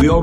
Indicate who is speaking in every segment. Speaker 1: We all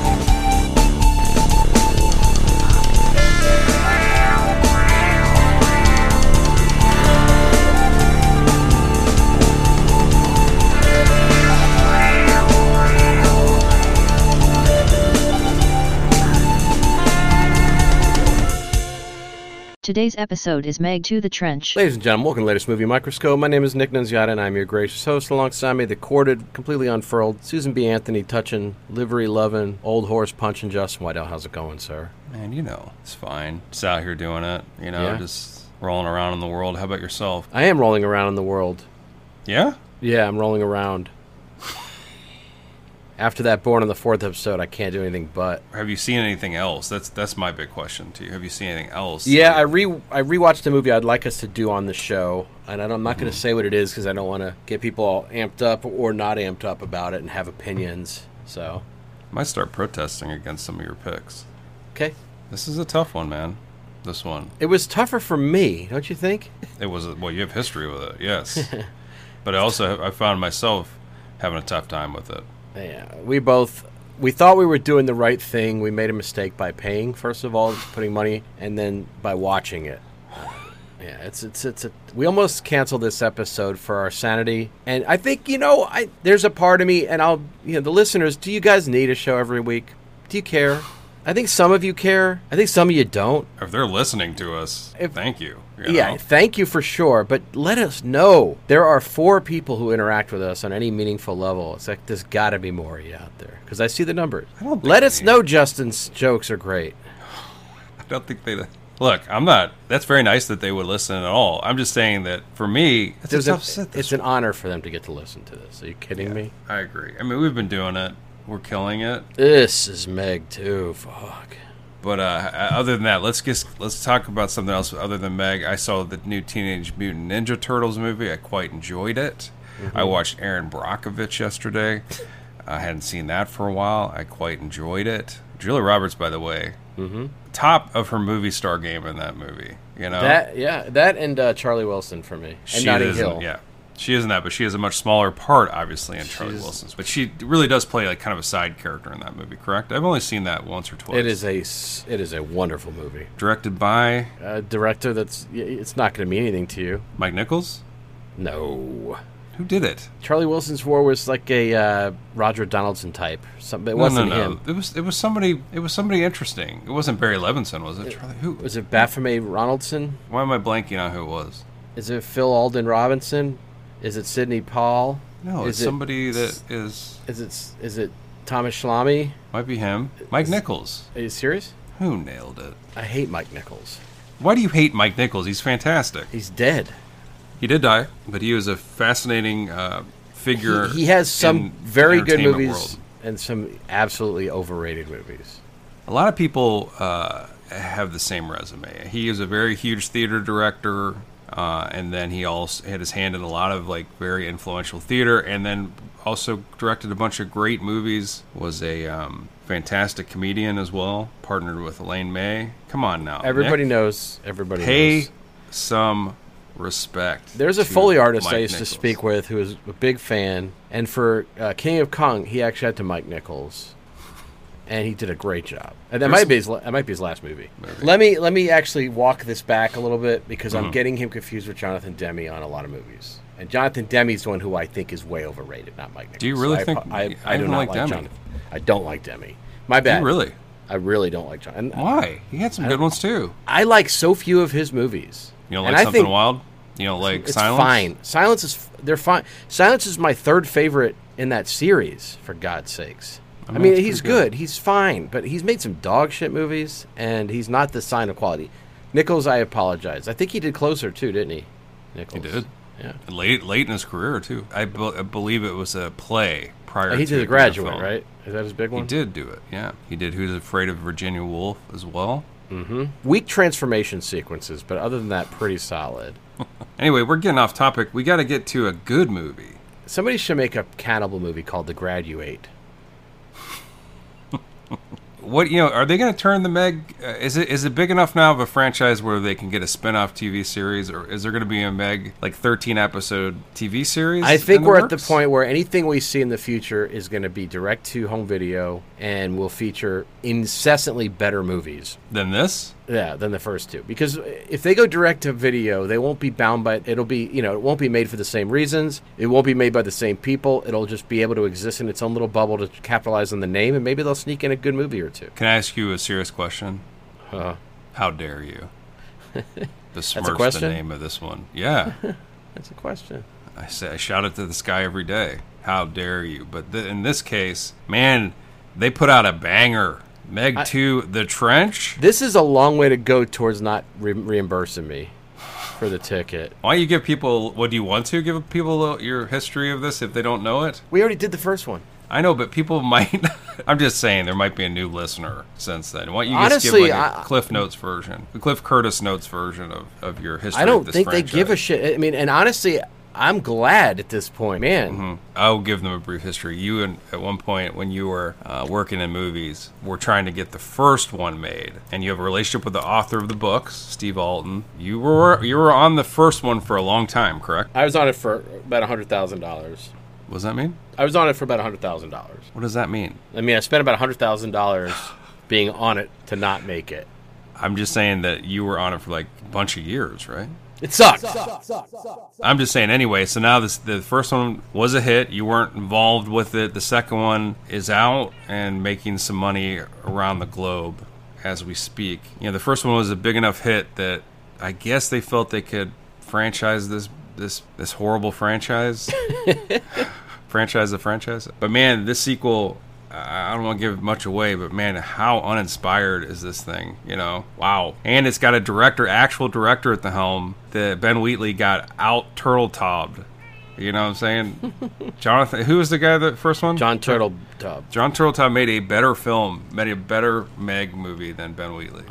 Speaker 2: Today's episode is Meg to the Trench.
Speaker 3: Ladies and gentlemen, welcome to the latest movie microscope. My name is Nick Nunziata, and I'm your gracious host. Alongside me, the corded, completely unfurled Susan B. Anthony, touching, livery loving, old horse punching Justin Whiteout. How's it going, sir?
Speaker 4: Man, you know, it's fine. Just out here doing it, you know,
Speaker 3: Yeah.
Speaker 4: just rolling around in the world. How about yourself?
Speaker 3: I am rolling around in the world.
Speaker 4: Yeah?
Speaker 3: Yeah, I'm rolling around. After that Born on the Fourth episode, I can't do anything but.
Speaker 4: Or have you seen anything else? That's that's my big question to you. Have you seen anything else?
Speaker 3: Yeah, I re I rewatched a movie I'd like us to do on the show, and I don't- I'm not going to say what it is because I don't want to get people all amped up or not amped up about it and have opinions. So,
Speaker 4: might start protesting against some of your picks.
Speaker 3: okay,
Speaker 4: This is a tough one, man. This one.
Speaker 3: It was tougher for me, don't you think?
Speaker 4: It was a, well, you have history with it, yes. but I also have, I found myself having a tough time with it.
Speaker 3: Yeah, we both we thought we were doing the right thing. We made a mistake by paying first of all, putting money, and then by watching it. Yeah, it's it's it's a, we almost canceled this episode for our sanity, and I think you know I there's a part of me, and I'll you know the listeners. Do you guys need a show every week? Do you care? I think some of you care. I think some of you don't.
Speaker 4: If they're listening to us,
Speaker 3: If-
Speaker 4: thank you. you
Speaker 3: Yeah,
Speaker 4: know?
Speaker 3: thank you for sure, but let us know. There are four people who interact with us on any meaningful level. It's like there's got to be more of you out there because I see the numbers.
Speaker 4: I don't think
Speaker 3: let us
Speaker 4: we-
Speaker 3: know Justin's jokes are great.
Speaker 4: I don't think they. Look, I'm not. That's very nice that they would listen at all. I'm just saying that for me, it's
Speaker 3: There's
Speaker 4: a
Speaker 3: a-
Speaker 4: tough sit. This
Speaker 3: it's an honor for them to get to listen to this. Are you kidding me?
Speaker 4: I agree. I mean, we've been doing it. We're killing it.
Speaker 3: This is Meg too. Fuck.
Speaker 4: But uh, uh, other than that, let's just let's talk about something else other than Meg. I saw the new Teenage Mutant Ninja Turtles movie. I quite enjoyed it. I watched Aaron Brockovich yesterday. I hadn't seen that for a while. I quite enjoyed it. Julia Roberts, by the way, mm-hmm. top of her movie star game in that movie. You know
Speaker 3: That yeah, that and uh, Charlie Wilson for me. And Notting
Speaker 4: isn't-
Speaker 3: Hill.
Speaker 4: Yeah, she isn't that, but she has a much smaller part, obviously, in Charlie
Speaker 3: She's-
Speaker 4: Wilson's. But she really does play like kind of a side character in that movie. Correct? I've only seen that once or twice.
Speaker 3: It is a s- it is a wonderful movie.
Speaker 4: directed by
Speaker 3: A director that's y- it's not going to mean anything to you.
Speaker 4: Mike Nichols.
Speaker 3: No.
Speaker 4: Who did it?
Speaker 3: Charlie Wilson's War was like a uh, Roger Donaldson type. Something it
Speaker 4: No, no,
Speaker 3: wasn't
Speaker 4: no.
Speaker 3: him.
Speaker 4: It was it was somebody. It was somebody interesting. It wasn't Barry Levinson, was it? Charlie, who?
Speaker 3: Was it Baphomet Ronaldson?
Speaker 4: Why am I blanking on who it was?
Speaker 3: Is it Phil Alden Robinson? Is it Sidney Paul?
Speaker 4: No,
Speaker 3: is
Speaker 4: it's
Speaker 3: it-
Speaker 4: somebody that is
Speaker 3: Is it is it Thomas Schlamme?
Speaker 4: might be him. Mike Nichols.
Speaker 3: Are you serious?
Speaker 4: Who nailed it?
Speaker 3: I hate Mike Nichols.
Speaker 4: Why do you hate Mike Nichols? He's fantastic.
Speaker 3: He's dead.
Speaker 4: He did die, but he was a fascinating uh, figure.
Speaker 3: He, he has
Speaker 4: in
Speaker 3: some very good
Speaker 4: entertainment
Speaker 3: movies
Speaker 4: world.
Speaker 3: and some absolutely overrated movies.
Speaker 4: A lot of people uh, have the same resume. He is a very huge theater director, uh, and then he also had his hand in a lot of like very influential theater, and then also directed a bunch of great movies. Was a um, fantastic comedian as well. Partnered with Elaine May. Come on now,
Speaker 3: Everybody
Speaker 4: Nick.
Speaker 3: knows. Everybody
Speaker 4: Pay
Speaker 3: knows.
Speaker 4: some respect.
Speaker 3: There's a
Speaker 4: to
Speaker 3: Foley artist I
Speaker 4: Mike
Speaker 3: used
Speaker 4: Nichols.
Speaker 3: to speak with who was a big fan, and for uh, King of Kong, he actually had to Mike Nichols, and he did a great job. And that
Speaker 4: There's-
Speaker 3: might be his. la- That might be his last movie. Let me let me actually walk this back a little bit because
Speaker 4: Uh-huh.
Speaker 3: I'm getting him confused with Jonathan Demi on a lot of movies. And Jonathan Demi's the one who I think is way overrated, not Mike Nichols.
Speaker 4: you really
Speaker 3: I,
Speaker 4: think-
Speaker 3: I, I,
Speaker 4: I
Speaker 3: do
Speaker 4: don't
Speaker 3: not
Speaker 4: like
Speaker 3: like,
Speaker 4: Demme.
Speaker 3: Jonathan. I don't like Demi. My bad.
Speaker 4: really?
Speaker 3: I really don't like Jonathan.
Speaker 4: Why? He had some good ones too.
Speaker 3: I like so few of his movies.
Speaker 4: You don't
Speaker 3: And
Speaker 4: like
Speaker 3: I
Speaker 4: something
Speaker 3: think-
Speaker 4: wild? You know, like
Speaker 3: It's
Speaker 4: silence.
Speaker 3: fine. Silence is they're fine. Silence is my third favorite in that series. For God's sakes. I mean,
Speaker 4: it's
Speaker 3: he's
Speaker 4: pretty good.
Speaker 3: good. He's fine, but he's made some dog shit movies, and he's not the sign of quality. Nichols, I apologize. I think he did closer too, didn't he? Nichols.
Speaker 4: did.
Speaker 3: Yeah.
Speaker 4: Late, late in his career too. I, be- I believe it was a play prior.
Speaker 3: Uh, he did
Speaker 4: to it
Speaker 3: the
Speaker 4: being
Speaker 3: graduate,
Speaker 4: film.
Speaker 3: right? Is that his big
Speaker 4: He
Speaker 3: one?
Speaker 4: did do it. Yeah, he did. Who's Afraid of Virginia Woolf as well.
Speaker 3: Weak transformation sequences, but other than that, pretty solid.
Speaker 4: Anyway, we're getting off topic. We got to get to a good movie.
Speaker 3: Somebody should make a cannibal movie called The Graduate.
Speaker 4: What you know? Are they going to turn the Meg? Uh, is it is it big enough now of a franchise where they can get a spin off TV series, or is there going to be a Meg like thirteen episode TV series?
Speaker 3: I think
Speaker 4: in
Speaker 3: we're at the
Speaker 4: works?
Speaker 3: point where anything we see in the future is going to be direct to home video and will feature incessantly better movies.
Speaker 4: Than this.
Speaker 3: Yeah, than the first two. Because if they go direct to video, they won't be bound by it'll be, you know, it won't be made for the same reasons. It won't be made by the same people. It'll just be able to exist in its own little bubble to capitalize on the name and maybe they'll sneak in a good movie or two.
Speaker 4: Can I ask you a serious question?
Speaker 3: Uh,
Speaker 4: How dare you? Besmirch the
Speaker 3: question?
Speaker 4: name of this one. Yeah.
Speaker 3: that's a question.
Speaker 4: I say I shout it to the sky every day. How dare you? But th- in this case, man, they put out a banger. Meg 2 The Trench.
Speaker 3: This is a long way to go towards not re- reimbursing me for the ticket.
Speaker 4: Why don't you give people what do you want to give people a little- your history of this if they don't know it?
Speaker 3: We already did the first one.
Speaker 4: I know, but people might. I'm just saying there might be a new listener since then. Why don't you
Speaker 3: Honestly,
Speaker 4: just give like a
Speaker 3: I-
Speaker 4: Cliff Notes version, the Cliff Curtis Notes version of, of your history?
Speaker 3: I
Speaker 4: of
Speaker 3: don't
Speaker 4: this
Speaker 3: think they give a
Speaker 4: franchise?
Speaker 3: shit. I mean, and honestly, I'm glad at this point, man.
Speaker 4: I'll give them a brief history. You and at one point when you were uh, working in movies, were trying to get the first one made, and you have a relationship with the author of the books, Steve Alton. You were you were on the first one for a long time, correct?
Speaker 3: I was on it for about hundred thousand dollars.
Speaker 4: What does that mean?
Speaker 3: I was on it for about hundred thousand dollars.
Speaker 4: What does that mean?
Speaker 3: I mean, I spent about hundred thousand dollars being on it to not make it.
Speaker 4: I'm just saying that you were on it for like a bunch of years, right?
Speaker 3: It sucked.
Speaker 4: I'm just saying anyway. So now this the first one was a hit. You weren't involved with it. The second one is out and making some money around the globe as we speak. You know, the first one was a big enough hit that I guess they felt they could franchise this this this horrible franchise franchise the franchise. But man, this sequel, I I don't want to give much away, but man, how uninspired is this thing? You know, wow. And it's got a director, actual director at the helm that Ben Wheatley got out turtle tobbed. You know what I'm saying? Jonathan, who was the guy that first one?
Speaker 3: John Turtle uh, Dub.
Speaker 4: John Turtletop made a better film, made a better Meg movie than Ben Wheatley.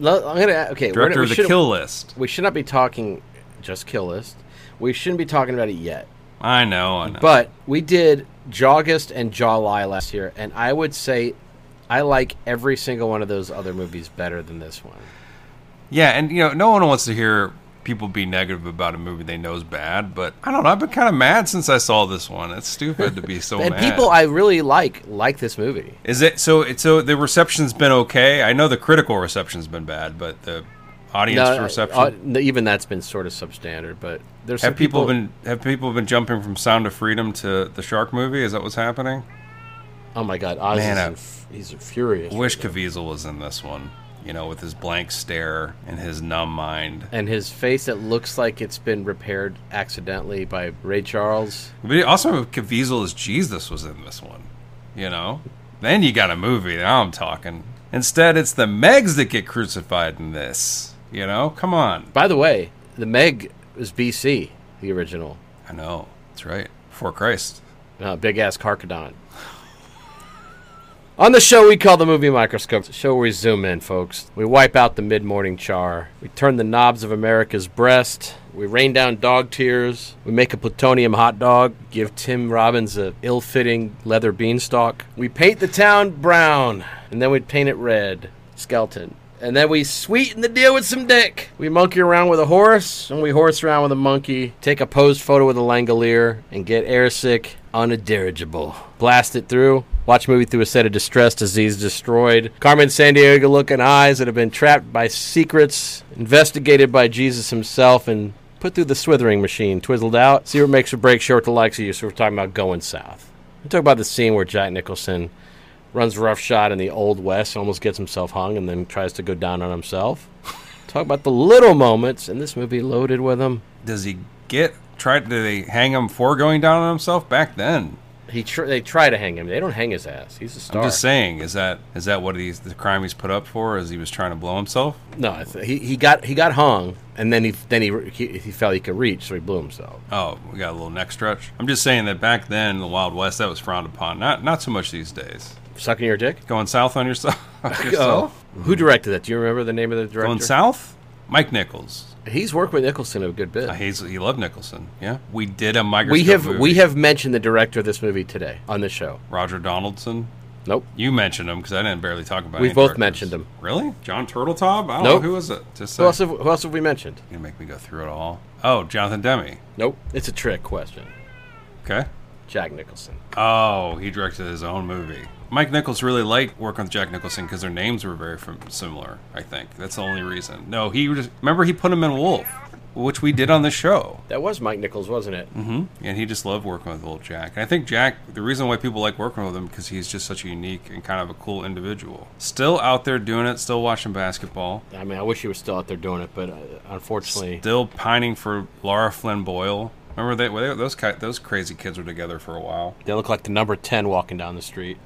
Speaker 3: Lo- I'm gonna okay. we're gonna-
Speaker 4: Director
Speaker 3: we
Speaker 4: of the
Speaker 3: shouldn't-
Speaker 4: Kill List.
Speaker 3: We should not be talking just kill list. We shouldn't be talking about it yet.
Speaker 4: I know, I know.
Speaker 3: But we did Jawgust and Jawlie last year, and I would say I like every single one of those other movies better than this one.
Speaker 4: Yeah, and you know, no one wants to hear people be negative about a movie they know is bad, but I don't know. I've been kind of mad since I saw this one. It's stupid to be so
Speaker 3: and
Speaker 4: mad.
Speaker 3: people I really like like this movie.
Speaker 4: is it so? It's so the reception's been okay. I know the critical reception's been bad, but the audience reception.
Speaker 3: uh, no, even that's been sort of substandard, but there's some
Speaker 4: have people, been have people been jumping from Sound of Freedom to the Shark movie? Is that what's happening?
Speaker 3: Oh my god, Oz
Speaker 4: Man,
Speaker 3: is
Speaker 4: I-
Speaker 3: in f- he's furious.
Speaker 4: Wish Caviezel was in this one. You know, with his blank stare and his numb mind.
Speaker 3: and his face that looks like it's been repaired accidentally by Ray Charles.
Speaker 4: But also, Caviezel as Jesus was in this one. You know? Then you got a movie. Now I'm talking. Instead, it's the Megs that get crucified in this. You know? Come on.
Speaker 3: By the way, the Meg was BC, the original.
Speaker 4: I know. That's right. For Christ.
Speaker 3: Uh, Big ass carcadon. On the show we call the movie microscope, the show where we zoom in, folks. We wipe out the mid morning char. We turn the knobs of America's breast. We rain down dog tears. We make a plutonium hot dog. Give Tim Robbins a ill fitting leather beanstalk. We paint the town brown, and then we paint it red. Skeleton. And then we sweeten the deal with some dick. We monkey around with a horse, and we horse around with a monkey. Take a posed photo with a Langolier, and get airsick on a dirigible. Blast it through. Watch a movie through a set of distress, disease destroyed. Carmen San Diego looking eyes that have been trapped by secrets, investigated by Jesus himself, and put through the swithering machine, twizzled out. See what makes or breaks short the likes of you. So we're talking about going south. We talk about the scene where Jack Nicholson runs roughshod in the old west, almost gets himself hung, and then tries to go down on himself. Talk about the little moments, and this movie loaded with them.
Speaker 4: Does he get tried? Do they hang him for going down on himself back then?
Speaker 3: He tr- they try to hang him. They don't hang his ass. He's a star.
Speaker 4: I'm just saying, is that is that what he's the crime he's put up for? Is he was trying to blow himself?
Speaker 3: No, I th- he, he got he got hung, and then he then he, re- he he felt he could reach, so he blew himself.
Speaker 4: Oh, we got a little neck stretch. I'm just saying that back then in the Wild West, that was frowned upon. Not not so much these days.
Speaker 3: Sucking your dick. Oh,
Speaker 4: Going south on yourself. on yourself?
Speaker 3: Who directed that? Do you remember the name of the director?
Speaker 4: Going south, Mike Nichols.
Speaker 3: He's worked with Nicholson a good bit.
Speaker 4: I hate, he loved Nicholson. Yeah, we did a microscope.
Speaker 3: we have
Speaker 4: movie.
Speaker 3: we have mentioned the director of this movie today on the show.
Speaker 4: Roger Donaldson.
Speaker 3: Nope.
Speaker 4: You mentioned him because I didn't barely talk about.
Speaker 3: We
Speaker 4: any
Speaker 3: both
Speaker 4: directors.
Speaker 3: mentioned him.
Speaker 4: Really, John Turtletaub? I don't
Speaker 3: Nope.
Speaker 4: know who is it. Just
Speaker 3: Who
Speaker 4: say-
Speaker 3: else have who else have we mentioned?
Speaker 4: You make me go through it all. Oh, Jonathan Demme.
Speaker 3: Nope. It's a trick question.
Speaker 4: Okay.
Speaker 3: Jack Nicholson.
Speaker 4: Oh, he directed his own movie. Mike Nichols really liked working with Jack Nicholson because their names were very fam- similar. I think that's the only reason. No, he just, remember he put him in Wolf, which we did on the show.
Speaker 3: That was Mike Nichols, wasn't it?
Speaker 4: hmm And he just loved working with old Jack. And I think Jack, the reason why people like working with him, because he's just such a unique and kind of a cool individual. Still out there doing it, still watching basketball,
Speaker 3: I mean, I wish he was still out there doing it, but uh, unfortunately,
Speaker 4: still pining for Laura Flynn Boyle. Remember they, they those ki- those crazy kids were together for a while.
Speaker 3: they look like the number ten walking down the street.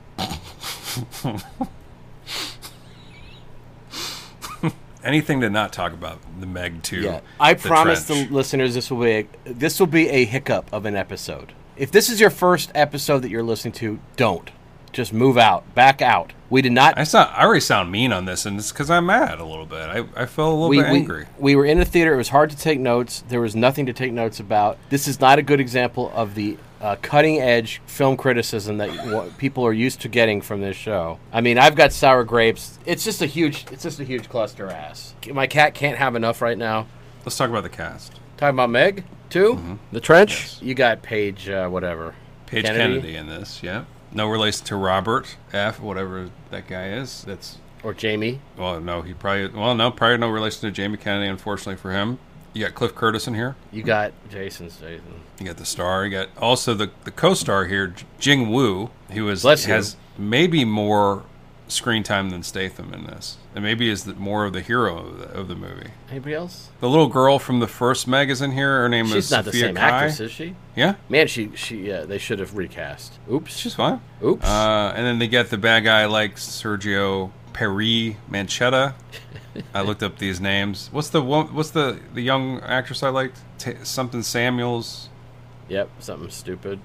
Speaker 4: Anything to not talk about the Meg Two.
Speaker 3: Yeah, I
Speaker 4: the
Speaker 3: promise
Speaker 4: trench.
Speaker 3: the listeners this will be a, this will be a hiccup of an episode. If this is your first episode that you're listening to, don't just move out, back out. We did not.
Speaker 4: I sound I already sound mean on this, and it's because I'm mad a little bit. I, I feel a little
Speaker 3: we,
Speaker 4: bit angry.
Speaker 3: We, we were in the theater. It was hard to take notes. There was nothing to take notes about. This is not a good example of the uh, cutting edge film criticism that w- people are used to getting from this show. I mean, I've got sour grapes. It's just a huge. It's just a huge cluster ass. My cat can't have enough right now.
Speaker 4: Let's talk about the cast.
Speaker 3: Talking about Meg too.
Speaker 4: Mm-hmm.
Speaker 3: The trench. You got Paige, uh, whatever.
Speaker 4: Paige Kennedy. in this, yeah. No relation to Robert F. Whatever that guy is. That's
Speaker 3: or Jamie.
Speaker 4: well, no, he probably well, no, probably no relation to Jamie Kennedy. Unfortunately for him, you got Cliff Curtis in here.
Speaker 3: You got Jason Statham.
Speaker 4: You got the star. You got also the the co-star here, J- Jing Woo, who is
Speaker 3: Bless you.
Speaker 4: has maybe more screen time than Statham in this, and maybe is the, more of the hero of the, of the movie.
Speaker 3: Anybody else?
Speaker 4: The little girl from the first Meg is in here. Her name is
Speaker 3: She's not the
Speaker 4: Sophia
Speaker 3: same
Speaker 4: Kai.
Speaker 3: actress, is she?
Speaker 4: Yeah,
Speaker 3: Man, she she uh, they should have recast. Oops.
Speaker 4: she's fine.
Speaker 3: Oops.
Speaker 4: Uh, and then they get the bad guy like Sergio Peri Manchetta. I looked up these names. What's the one, what's the the young actress I liked? T- something Samuels.
Speaker 3: Yep, something stupid.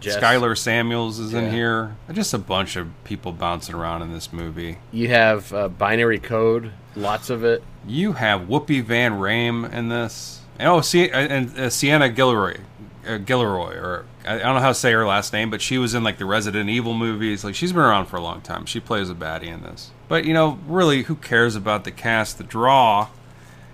Speaker 3: Jess,
Speaker 4: Skylar Samuels is
Speaker 3: Yeah.
Speaker 4: in here. Just a bunch of people bouncing around in this movie.
Speaker 3: You have uh, binary code, lots of it.
Speaker 4: You have Whoopi Van Rame in this. And, oh, Sie- and uh, Sienna Gilroy, uh, Gilroy, or I I don't know how to say her last name, but she was in like the Resident Evil movies. Like she's been around for a long time. She plays a baddie in this. But you know, really, who cares about the cast? The draw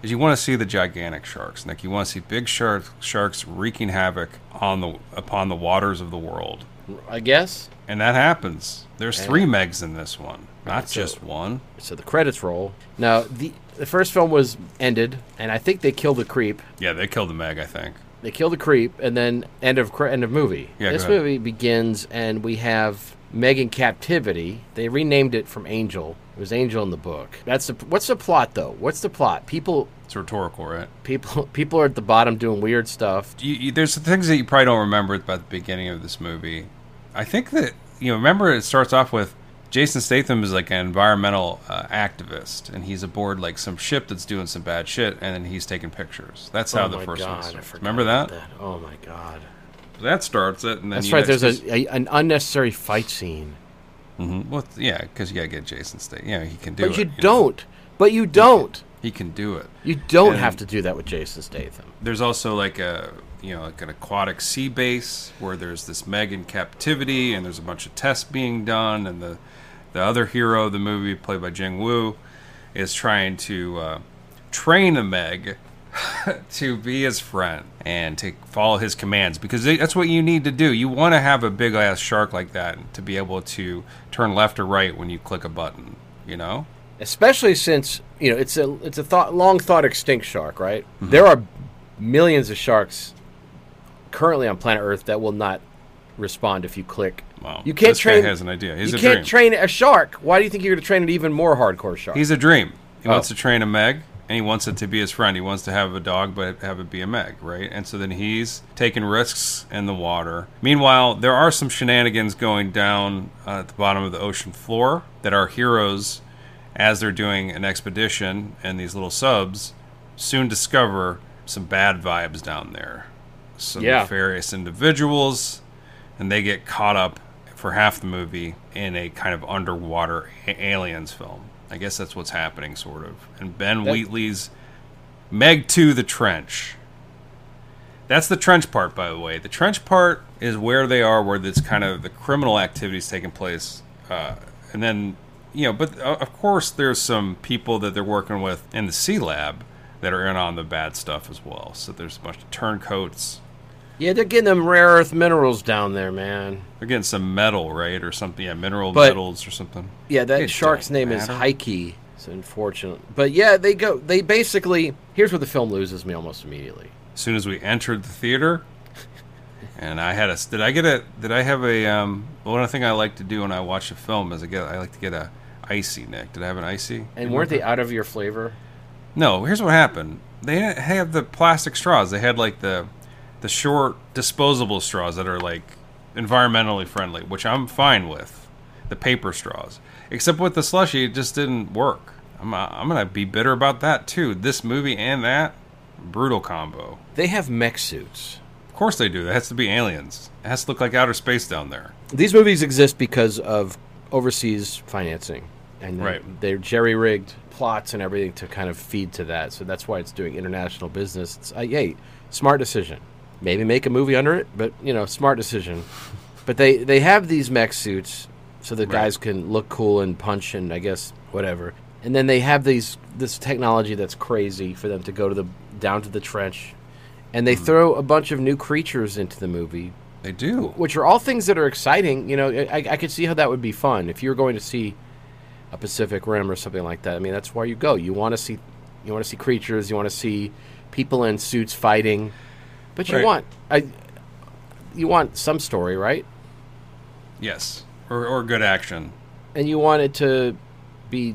Speaker 4: is you want to see the gigantic sharks, Nick. You want to see big sharks, sharks wreaking havoc on the upon the waters of the world,
Speaker 3: I guess.
Speaker 4: and that happens. There's three Megs in this one, not
Speaker 3: so-
Speaker 4: just one.
Speaker 3: So the credits roll. Now the the first film was ended, and I think they killed the creep.
Speaker 4: Yeah, they killed the Meg, I think.
Speaker 3: They kill the creep, and then end of cre- end of movie.
Speaker 4: Yeah,
Speaker 3: this
Speaker 4: go ahead.
Speaker 3: movie begins, and we have Meg in captivity. They renamed it from Angel. It was Angel in the book. That's the, what's the plot though? What's the plot? People
Speaker 4: It's rhetorical, right?
Speaker 3: people people are at the bottom doing weird stuff.
Speaker 4: you, you, there's some things that you probably don't remember about the beginning of this movie. I think that you know, remember it starts off with Jason Statham is like an environmental uh, activist, and he's aboard like some ship that's doing some bad shit, and then he's taking pictures. That's how
Speaker 3: oh
Speaker 4: the
Speaker 3: my
Speaker 4: first
Speaker 3: god!
Speaker 4: one
Speaker 3: I
Speaker 4: starts.
Speaker 3: forgot
Speaker 4: Remember
Speaker 3: about
Speaker 4: that?
Speaker 3: that? Oh my god!
Speaker 4: That starts it, and then
Speaker 3: That's
Speaker 4: you
Speaker 3: right.
Speaker 4: next
Speaker 3: There's
Speaker 4: just-
Speaker 3: a, a an unnecessary fight scene,
Speaker 4: Mhm. well, yeah, because you gotta get Jason Statham. Yeah, he can do
Speaker 3: but
Speaker 4: it.
Speaker 3: you
Speaker 4: know?
Speaker 3: don't. But you don't.
Speaker 4: He can do it.
Speaker 3: You don't
Speaker 4: And-
Speaker 3: have to do that with Jason Statham.
Speaker 4: there's also like a you know like an aquatic sea base where there's this Meg in captivity and there's a bunch of tests being done and the the other hero of the movie played by Jing Woo is trying to uh, train a Meg to be his friend and to follow his commands because they- that's what you need to do. You want to have a big ass shark like that to be able to turn left or right when you click a button, you know?
Speaker 3: Especially since you know it's a it's a thought long thought extinct shark, right?
Speaker 4: Mm-hmm.
Speaker 3: There are millions of sharks currently on planet Earth that will not respond if you click.
Speaker 4: Wow.
Speaker 3: You can't
Speaker 4: This guy
Speaker 3: train.
Speaker 4: has an idea. He's
Speaker 3: you
Speaker 4: a
Speaker 3: can't
Speaker 4: dream.
Speaker 3: train a shark. Why do you think you're going to train an even more hardcore shark?
Speaker 4: He's a dream. He
Speaker 3: Oh.
Speaker 4: wants to train a Meg. and he wants it to be his friend. He wants to have a dog, but have it be a Meg, right? And so then he's taking risks in the water. Meanwhile, there are some shenanigans going down uh, at the bottom of the ocean floor that our heroes, as they're doing an expedition and these little subs, soon discover some bad vibes down there. Some
Speaker 3: Yeah.
Speaker 4: nefarious individuals, and they get caught up for half the movie in a kind of underwater a- aliens film. I guess that's what's happening, sort of. And Ben
Speaker 3: That-
Speaker 4: Wheatley's Meg 2 The Trench. That's the trench part, by the way. The trench part is where they are, where this kind of the criminal activity is taking place. Uh, and then, you know, but uh, of course, there's some people that they're working with in the C lab that are in on the bad stuff as well. So there's a bunch of turncoats.
Speaker 3: Yeah, they're getting them rare earth minerals down there, man.
Speaker 4: They're getting some metal, right? Or something. Yeah, mineral
Speaker 3: But-
Speaker 4: metals or something.
Speaker 3: Yeah, that
Speaker 4: It
Speaker 3: shark's
Speaker 4: don't
Speaker 3: name is
Speaker 4: matter.
Speaker 3: Heike. It's unfortunate. But yeah, they go they basically here's where the film loses me almost immediately.
Speaker 4: As soon as we entered the theater, and I had a. Did I get a. Did I have a. Um, one thing I like to do when I watch a film is I get. I like to get a icy, Nick. Did I have an icy?
Speaker 3: And weren't they out of your flavor?
Speaker 4: No, here's what happened. They didn't have the plastic straws. They had like the the short disposable straws that are like environmentally friendly, which I'm fine with. The paper straws, except with the slushy, it just didn't work. I'm I'm gonna be bitter about that too. This movie and that brutal combo.
Speaker 3: They have mech suits.
Speaker 4: Of course they do. That has to be aliens. It has to look like outer space down there.
Speaker 3: These movies exist because of overseas financing. And they're-
Speaker 4: Right.
Speaker 3: they're jerry rigged plots and everything to kind of feed to that. So that's why it's doing international business. It's, uh, yay, smart decision. Maybe make a movie under it, but, you know, smart decision. But they, they have these mech suits so the guys can look cool and punch and I guess whatever. And then they have these this technology that's crazy for them to go to the down to the trench, and they throw a bunch of new creatures into the movie,
Speaker 4: They do.
Speaker 3: which are all things that are exciting. You know, I, I could see how that would be fun if you were going to see a Pacific Rim or something like that. I mean, that's why you go. You want to see, you want to see creatures. You want to see people in suits fighting, but you
Speaker 4: Right.
Speaker 3: want, I, you want some story, right?
Speaker 4: Yes, or or good action.
Speaker 3: and you want it to be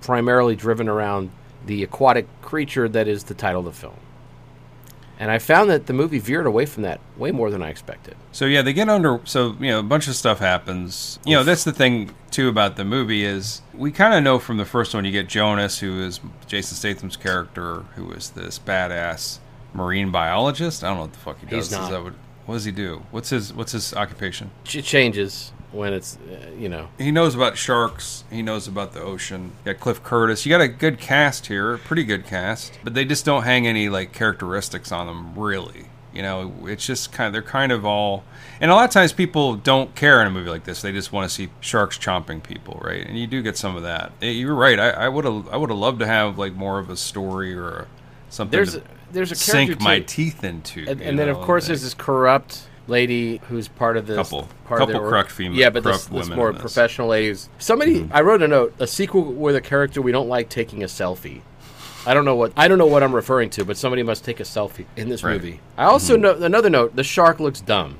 Speaker 3: primarily driven around the aquatic creature that is the title of the film. And I found that the movie veered away from that way more than I expected.
Speaker 4: So yeah, they get under. So you know, a bunch of stuff happens. You know, that's the thing too about the movie is we kind of know from the first one. You get Jonas, who is Jason Statham's character, who is this badass marine biologist. I don't know what the fuck he does.
Speaker 3: He's not.
Speaker 4: Is that what, what does he do? What's his What's his occupation?
Speaker 3: It changes when it's, uh, you know,
Speaker 4: He knows about sharks. He knows about the ocean. You got Cliff Curtis. You got a good cast here, a pretty good cast, but they just don't hang any like characteristics on them really. You know, it's just kind of they're kind of all, and a lot of times people don't care in a movie like this. They just want to see sharks chomping people, right? And you do get some of that. Eh, You're right. I would have I would have loved to have like more of a story or something
Speaker 3: there's
Speaker 4: to
Speaker 3: a, there's a character
Speaker 4: sink my
Speaker 3: too-
Speaker 4: teeth into.
Speaker 3: and,
Speaker 4: you
Speaker 3: and then of
Speaker 4: know,
Speaker 3: course
Speaker 4: like-
Speaker 3: there's this corrupt lady who's part of this
Speaker 4: Couple.
Speaker 3: part of
Speaker 4: Couple
Speaker 3: their-
Speaker 4: corrupt female-
Speaker 3: Yeah, but this,
Speaker 4: corrupt
Speaker 3: this
Speaker 4: women
Speaker 3: more
Speaker 4: in this. Mm-hmm.
Speaker 3: professional ladies. Somebody I wrote a note, a sequel where the character we don't like taking a selfie. I don't know what I don't know what I'm referring to, but somebody must take a selfie in this
Speaker 4: Right. Mm-hmm.
Speaker 3: movie. I also know another note, the shark looks dumb.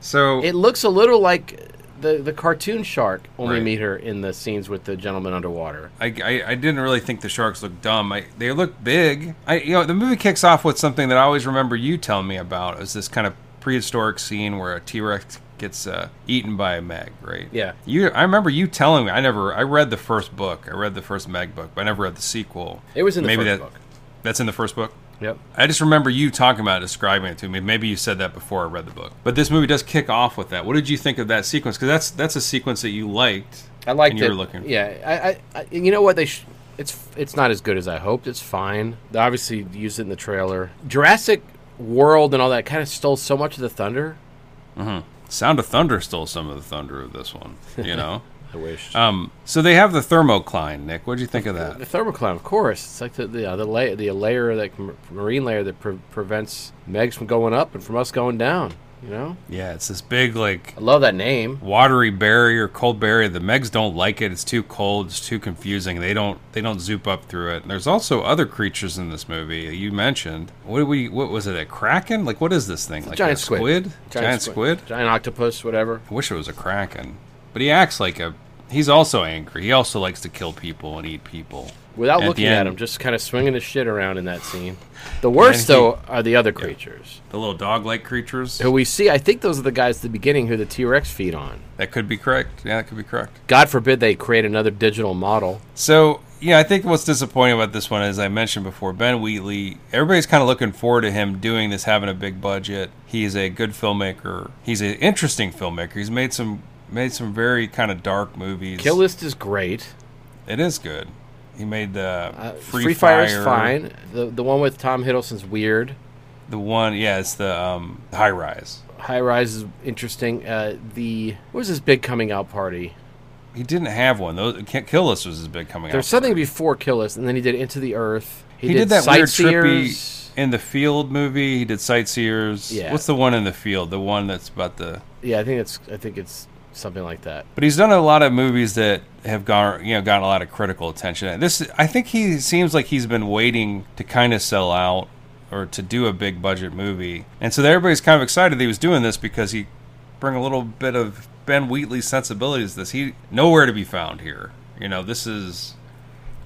Speaker 4: so
Speaker 3: It looks a little like the the cartoon shark when we
Speaker 4: Right.
Speaker 3: meet her in the scenes with the gentleman underwater.
Speaker 4: I, I, I didn't really think the sharks looked dumb. I, they look big. I you know the movie kicks off with something that I always remember you telling me about is this kind of prehistoric scene where a T Rex gets uh, eaten by a Meg, right?
Speaker 3: Yeah.
Speaker 4: You I remember you telling me I never I read the first book. I read the first Meg book, but I never read the sequel.
Speaker 3: It was in the
Speaker 4: Maybe
Speaker 3: first
Speaker 4: that-
Speaker 3: book.
Speaker 4: That's in the first book.
Speaker 3: Yep.
Speaker 4: I just remember you talking about it, describing it to me. Maybe you said that before I read the book. But this movie does kick off with that. What did you think of that sequence? Because that's that's a sequence that you liked.
Speaker 3: I liked
Speaker 4: and you
Speaker 3: it.
Speaker 4: were looking.
Speaker 3: Yeah, I, I, I and you know what they. Sh- it's it's not as good as I hoped. It's fine. They obviously used it in the trailer. Jurassic World and all that kind of stole so much of the thunder.
Speaker 4: Sound of Thunder stole some of the thunder of this one, you know.
Speaker 3: I wish
Speaker 4: um, so they have the thermocline, Nick. What do you think of
Speaker 3: the
Speaker 4: that?
Speaker 3: thermocline, of course. It's like the the, uh, the layer the layer that m- marine layer that pre- prevents Megs from going up and from us going down. You know,
Speaker 4: Yeah, it's this big like
Speaker 3: I love that name.
Speaker 4: watery barrier, cold barrier. The Megs don't like it. It's too cold. It's too confusing. They don't they don't zoop up through it. And there's also other creatures in this movie that you mentioned. What did we what was it? A kraken? Like what is this thing? like
Speaker 3: giant
Speaker 4: a
Speaker 3: squid.
Speaker 4: squid? Giant, squid?
Speaker 3: giant octopus, whatever.
Speaker 4: I wish it was a kraken. But he acts like a He's also angry. He also likes to kill people and eat people.
Speaker 3: Without
Speaker 4: At
Speaker 3: looking
Speaker 4: the
Speaker 3: at
Speaker 4: end-
Speaker 3: him, just kind of swinging his shit around in that scene. The worst,
Speaker 4: he-
Speaker 3: though, are the other creatures
Speaker 4: The little dog-like creatures.
Speaker 3: who we see. I think those are the guys at the beginning who the T Rex feed on.
Speaker 4: That could be correct. Yeah, that could be correct.
Speaker 3: God forbid they create another digital model.
Speaker 4: So yeah, I think what's disappointing about this one, as I mentioned before, Ben Wheatley. Everybody's kind of looking forward to him doing this, having a big budget. He's a good filmmaker. He's an interesting filmmaker. He's made some made some very kind of dark movies.
Speaker 3: Kill List is great.
Speaker 4: It is good. He made the
Speaker 3: Uh,
Speaker 4: Free,
Speaker 3: Free
Speaker 4: Fire.
Speaker 3: Fire is fine. The, the one with Tom Hiddleston's weird.
Speaker 4: The one, yeah, it's the um, High Rise.
Speaker 3: High Rise is interesting. Uh, the what was this big coming out party?
Speaker 4: He didn't have one. Those Ki- Kill List was his big coming out.
Speaker 3: There's something before Kill List, and then he did Into the Earth.
Speaker 4: He, did, that weird
Speaker 3: Sightseers.
Speaker 4: trippy in the field movie. He did Sightseers.
Speaker 3: Yeah.
Speaker 4: What's the one in the field? The one that's about the
Speaker 3: Yeah, I think it's I think it's something like that.
Speaker 4: But he's done a lot of movies that have gone, you know, gotten a lot of critical attention. This, I think, he seems like he's been waiting to kind of sell out or to do a big budget movie, and so everybody's kind of excited that he was doing this because he bring a little bit of Ben Wheatley's sensibilities. to This he nowhere to be found here. You know, this is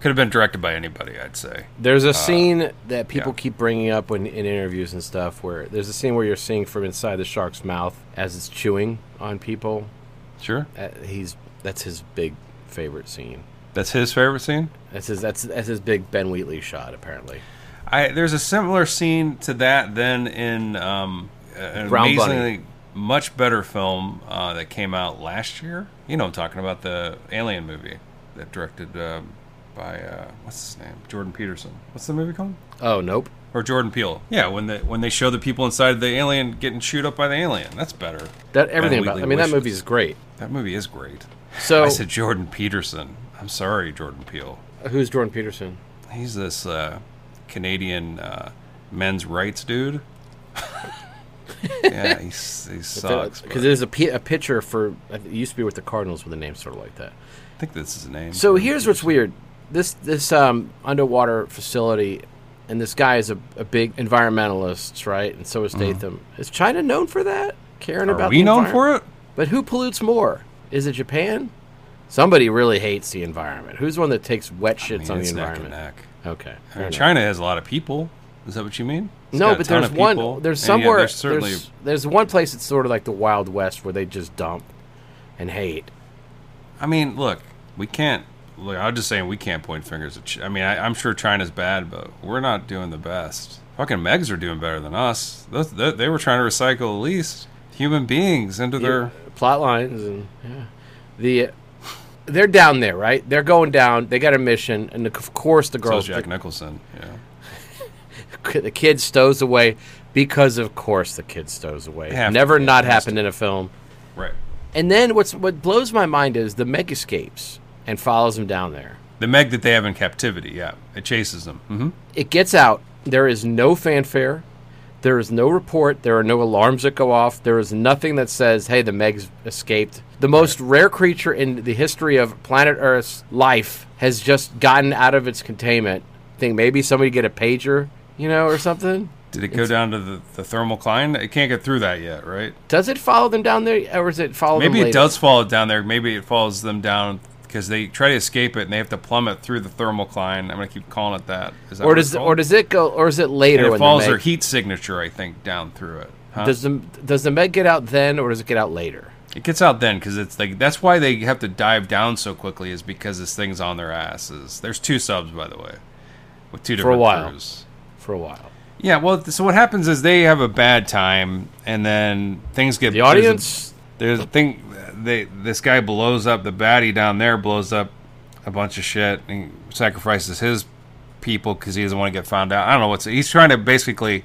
Speaker 4: could have been directed by anybody. I'd say.
Speaker 3: There's a scene that people
Speaker 4: Uh, yeah.
Speaker 3: keep bringing up when in interviews and stuff where there's a scene where you're seeing from inside the shark's mouth as it's chewing on people.
Speaker 4: Sure,
Speaker 3: Uh, he's that's his big favorite scene.
Speaker 4: that's his favorite scene.
Speaker 3: That's his that's that's his big Ben Wheatley shot apparently.
Speaker 4: I there's a similar scene to that then in um, an
Speaker 3: Brown Bunny.
Speaker 4: amazingly much better film uh, that came out last year. You know, I'm talking about the Alien movie that directed uh, by uh, what's his name, Jordan Peterson. What's the movie called?
Speaker 3: Oh nope.
Speaker 4: Or Jordan Peele? Yeah, when they when they show the people inside the alien getting chewed up by the alien, that's better.
Speaker 3: That everything about
Speaker 4: Wheatley
Speaker 3: I mean that
Speaker 4: wishes.
Speaker 3: movie is great.
Speaker 4: That movie is great.
Speaker 3: So
Speaker 4: I said Jordan Peterson. I'm sorry, Jordan Peele.
Speaker 3: who's Jordan Peterson?
Speaker 4: He's this uh, Canadian uh, men's rights dude. yeah, he's, he sucks.
Speaker 3: Because
Speaker 4: but
Speaker 3: there's a, pi- a picture for it used to be with the Cardinals with a name sort of like that.
Speaker 4: I think this is his name.
Speaker 3: So here's what's weird. This this um, underwater facility, and this guy is a, a big environmentalist, right? And so is Statham. Is China known for that? Caring
Speaker 4: Mm-hmm. Are
Speaker 3: about
Speaker 4: we
Speaker 3: the
Speaker 4: known
Speaker 3: environment?
Speaker 4: for it?
Speaker 3: But who pollutes more? Is it Japan? Somebody really hates the environment. Who's the one that takes wet shits
Speaker 4: I mean,
Speaker 3: on the
Speaker 4: it's neck and
Speaker 3: environment?
Speaker 4: neck.
Speaker 3: Okay.
Speaker 4: I mean,
Speaker 3: fair enough.
Speaker 4: China has a lot of people. Is that what you mean? It's
Speaker 3: No,
Speaker 4: got a
Speaker 3: but
Speaker 4: ton
Speaker 3: there's
Speaker 4: of
Speaker 3: one.
Speaker 4: people,
Speaker 3: There's
Speaker 4: and yeah,
Speaker 3: somewhere.
Speaker 4: there's certainly.
Speaker 3: there's, there's one place that's sort of like the Wild West where they just dump and hate.
Speaker 4: I mean, look, we can't. Look, I'm just saying we can't point fingers at. Ch- I mean, I, I'm sure China's bad, but we're not doing the best. Fucking Megs are doing better than us. Those, they, they were trying to recycle at least human beings into their.
Speaker 3: plot lines and yeah. the they're down there, right? They're going down. They got a mission, and of course the
Speaker 4: So
Speaker 3: girls,
Speaker 4: Jack Nicholson. Yeah.
Speaker 3: the, the kid stows away because of course the kid stows away.
Speaker 4: have to.
Speaker 3: Never not
Speaker 4: It has
Speaker 3: happened in a film.
Speaker 4: Right.
Speaker 3: And then what's what blows my mind is the Meg escapes and follows him down there.
Speaker 4: The Meg that they have in captivity, yeah. It chases them. Mm-hmm.
Speaker 3: It gets out. There is no fanfare. There is no report. There are no alarms that go off. There is nothing that says, hey, the Meg's escaped. The most rare creature in the history of planet Earth's life has just gotten out of its containment. Think maybe somebody get a pager, you know, or something?
Speaker 4: Did it go down to the, the thermal cline? It can't get through that yet, right?
Speaker 3: Does it follow them down there, or is it follow them
Speaker 4: Maybe it
Speaker 3: later?
Speaker 4: does fall down there. Maybe it falls them down because they try to escape it and they have to plummet through the thermal cline. I'm going to keep calling it that. Is that
Speaker 3: Or
Speaker 4: what it's
Speaker 3: does or
Speaker 4: called?
Speaker 3: does it go or is it later
Speaker 4: and it
Speaker 3: when
Speaker 4: falls
Speaker 3: the
Speaker 4: their
Speaker 3: Meg,
Speaker 4: heat signature, I think, down through it. Huh?
Speaker 3: does the does the Meg get out then or does it get out later?
Speaker 4: it gets out then because it's like that's why they have to dive down so quickly is because this thing's on their asses. There's two subs, by the way, with two different
Speaker 3: a while.
Speaker 4: crews.
Speaker 3: For a while.
Speaker 4: Yeah, well, th- so what happens is they have a bad time, and then things get
Speaker 3: The audience
Speaker 4: There's a, there's a thing. They this guy blows up the baddie down there, blows up a bunch of shit, and he sacrifices his people because he doesn't want to get found out. I don't know what's he's trying to basically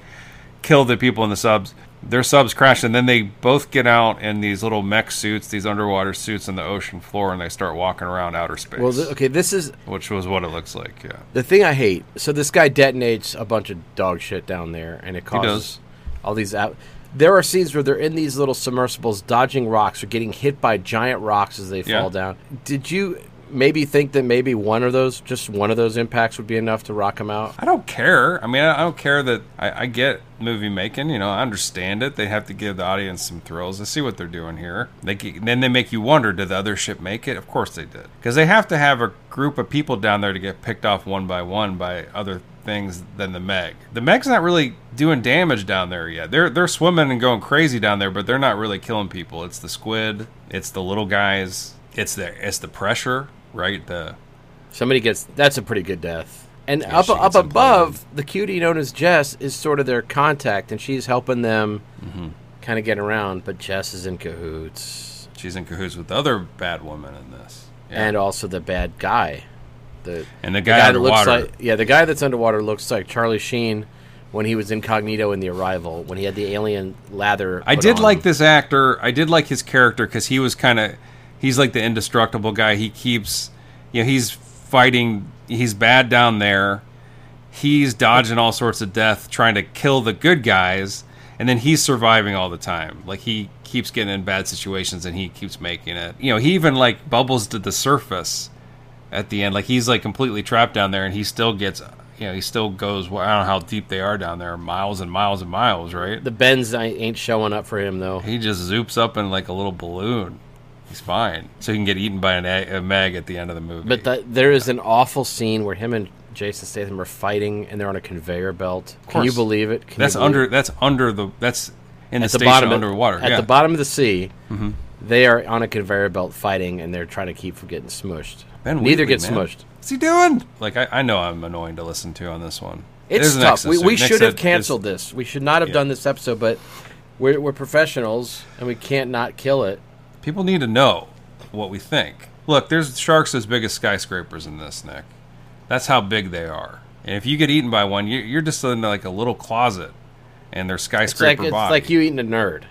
Speaker 4: kill the people in the subs. Their subs crash, and then they both get out in these little mech suits, these underwater suits, on the ocean floor, and they start walking around outer space,
Speaker 3: Well, th- okay, this is
Speaker 4: which was what it looks like. Yeah,
Speaker 3: The thing I hate. So this guy detonates a bunch of dog shit down there, and it causes
Speaker 4: does.
Speaker 3: all these out. There are scenes where they're in these little submersibles, dodging rocks or getting hit by giant rocks as they
Speaker 4: Yeah.
Speaker 3: fall down. Did you maybe think that maybe one of those, just one of those impacts would be enough to rock him out?
Speaker 4: I don't care. I mean, I I don't care that I, I get movie making. You know, I understand it. They have to give the audience some thrills. I see what they're doing here. They ge- then they make you wonder, did the other ship make it? Of course they did, because they have to have a group of people down there to get picked off one by one by other things than the Meg. The Meg's not really doing damage down there yet. They're they're swimming and going crazy down there, but they're not really killing people. It's the squid. It's the little guys. It's the it's the pressure, right? The
Speaker 3: Somebody gets that's a pretty good death. And
Speaker 4: Yeah,
Speaker 3: up
Speaker 4: she
Speaker 3: up
Speaker 4: gets
Speaker 3: above, the cutie known as Jess is sort of their contact, and she's helping them
Speaker 4: Mm-hmm.
Speaker 3: kind of get around. But Jess is in cahoots,
Speaker 4: she's in cahoots with the other bad woman in this. Yeah.
Speaker 3: and also the bad guy, the
Speaker 4: And the
Speaker 3: the
Speaker 4: guy,
Speaker 3: guy that looks
Speaker 4: underwater.
Speaker 3: like yeah, the guy that's underwater looks like Charlie Sheen when he was incognito in The Arrival when he had the alien lather.
Speaker 4: I
Speaker 3: put
Speaker 4: did
Speaker 3: on.
Speaker 4: like this actor. I did like his character because he was kind of he's like the indestructible guy. He keeps you know he's fighting. He's bad down there. He's dodging all sorts of death, trying to kill the good guys, and then he's surviving all the time. Like he keeps getting in bad situations and he keeps making it. You know, he even like bubbles to the surface at the end. Like he's like completely trapped down there, and he still gets. You know, he still goes. Well, I don't know how deep they are down there, miles and miles and miles, right?
Speaker 3: the bends I- ain't showing up for him though.
Speaker 4: He just zoops up in like a little balloon. He's fine. So he can get eaten by an a, a mag at the end of the movie.
Speaker 3: But the, there is an awful scene where him and Jason Statham are fighting, and they're on a conveyor belt. Can you
Speaker 4: course.
Speaker 3: believe it? Can you
Speaker 4: that's
Speaker 3: believe
Speaker 4: under that's under the that's in the,
Speaker 3: at the
Speaker 4: station
Speaker 3: bottom of-
Speaker 4: underwater.
Speaker 3: At
Speaker 4: yeah. Mm-hmm.
Speaker 3: the bottom of the sea, they are on a conveyor belt fighting, and they're trying to keep from getting smushed.
Speaker 4: Ben
Speaker 3: Neither
Speaker 4: Wheatley,
Speaker 3: gets
Speaker 4: man.
Speaker 3: smushed.
Speaker 4: What's he doing? Like I, I know I'm annoying to listen to on this one.
Speaker 3: It's
Speaker 4: There's an
Speaker 3: tough. We,
Speaker 4: exit.
Speaker 3: we
Speaker 4: Next
Speaker 3: should have
Speaker 4: exit is-
Speaker 3: canceled this. We should not have done this episode, but we're, we're professionals, and we can't not kill it.
Speaker 4: People need to know what we think. Look, there's sharks as big as skyscrapers in this, Nick. That's how big they are. And if you get eaten by one, you- you're just in like a little closet, and they're
Speaker 3: It's like,
Speaker 4: skyscraper
Speaker 3: it's
Speaker 4: body.
Speaker 3: like you eating a nerd.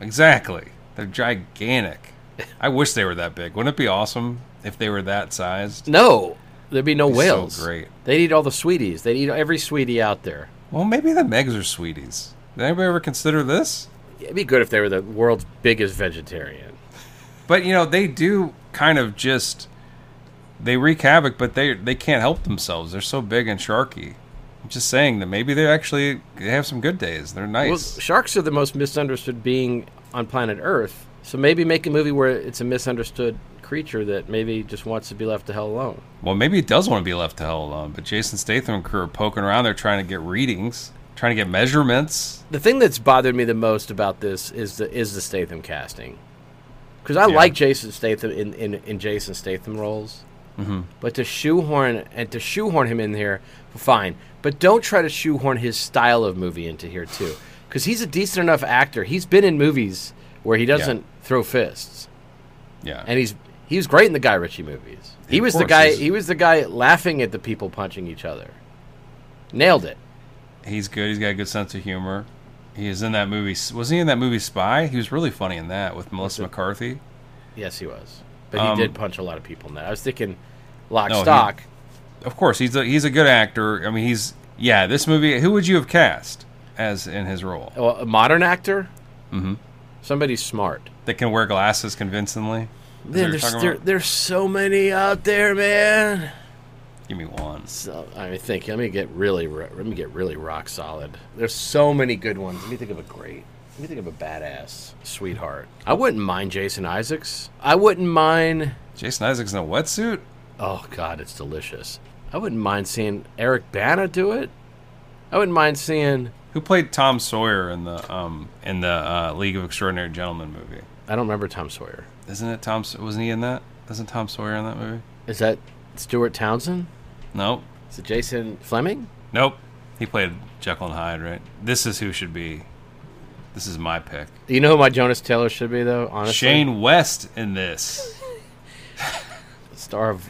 Speaker 4: Exactly. They're gigantic. I wish they were that big. Wouldn't it be awesome if they were that sized?
Speaker 3: No, there'd be no
Speaker 4: It'd be so
Speaker 3: whales.
Speaker 4: great.
Speaker 3: They'd eat all the sweeties. They'd eat every sweetie out there.
Speaker 4: Well, maybe the Megs are sweeties. Did anybody ever consider this?
Speaker 3: It'd be good if they were the world's biggest vegetarian.
Speaker 4: But you know, they do kind of just they wreak havoc, but they they can't help themselves. They're so big and sharky. I'm just saying that maybe they actually they have some good days. They're
Speaker 3: Well,
Speaker 4: nice.
Speaker 3: sharks are the most misunderstood being on planet Earth. So maybe make a movie where it's a misunderstood creature that maybe just wants to be left the hell alone.
Speaker 4: Well, maybe it does want to be left to hell alone, but Jason Statham and crew are poking around there trying to get readings, trying to get measurements.
Speaker 3: The thing that's bothered me the most about this is the is the Statham casting, because I like Jason Statham in, in, in Jason Statham roles, mm-hmm. but to shoehorn and to shoehorn him in here, fine. But don't try to shoehorn his style of movie into here too, because he's a decent enough actor. He's been in movies where he doesn't throw fists.
Speaker 4: Yeah.
Speaker 3: and he's he was great in the Guy Ritchie movies. He
Speaker 4: Of
Speaker 3: was the
Speaker 4: course,
Speaker 3: guy.
Speaker 4: he's-
Speaker 3: He was the guy laughing at the people punching each other. Nailed it.
Speaker 4: He's good. He's got a good sense of humor. He is in that movie. Was he in that movie Spy? He was really funny in that with Melissa McCarthy.
Speaker 3: Yes, he was. But
Speaker 4: Um,
Speaker 3: he did punch a lot of people in that. I was thinking, lock
Speaker 4: No, he-
Speaker 3: stock.
Speaker 4: Of course, he's a, he's a good actor. I mean, he's yeah. This movie. Who would you have cast as in his role
Speaker 3: well, a modern actor. Mm-hmm. Somebody smart.
Speaker 4: that can wear glasses convincingly? Is that
Speaker 3: Man,
Speaker 4: what you're
Speaker 3: there's
Speaker 4: talking
Speaker 3: there,
Speaker 4: about?
Speaker 3: there's so many out there, man.
Speaker 4: Give me one.
Speaker 3: So, I mean, think. Let me get really. ro- Let me get really rock solid. There's so many good ones. Let me think of a great. Let me think of a badass sweetheart. I wouldn't mind Jason Isaacs. I wouldn't mind.
Speaker 4: Jason Isaacs in a wetsuit.
Speaker 3: Oh God, it's delicious. I wouldn't mind seeing Eric Bana do it. I wouldn't mind seeing.
Speaker 4: Who played Tom Sawyer in the um in the uh, League of Extraordinary Gentlemen movie?
Speaker 3: I don't remember Tom Sawyer.
Speaker 4: Isn't it Tom? Sa- Wasn't he in that? Isn't Tom Sawyer in that movie?
Speaker 3: Is that Stuart Townsend?
Speaker 4: Nope.
Speaker 3: Is it Jason Fleming?
Speaker 4: Nope. He played Jekyll and Hyde, right? This is who should be. This is my pick.
Speaker 3: You know who my Jonas Taylor should be though. Honestly,
Speaker 4: Shane West in this.
Speaker 3: star of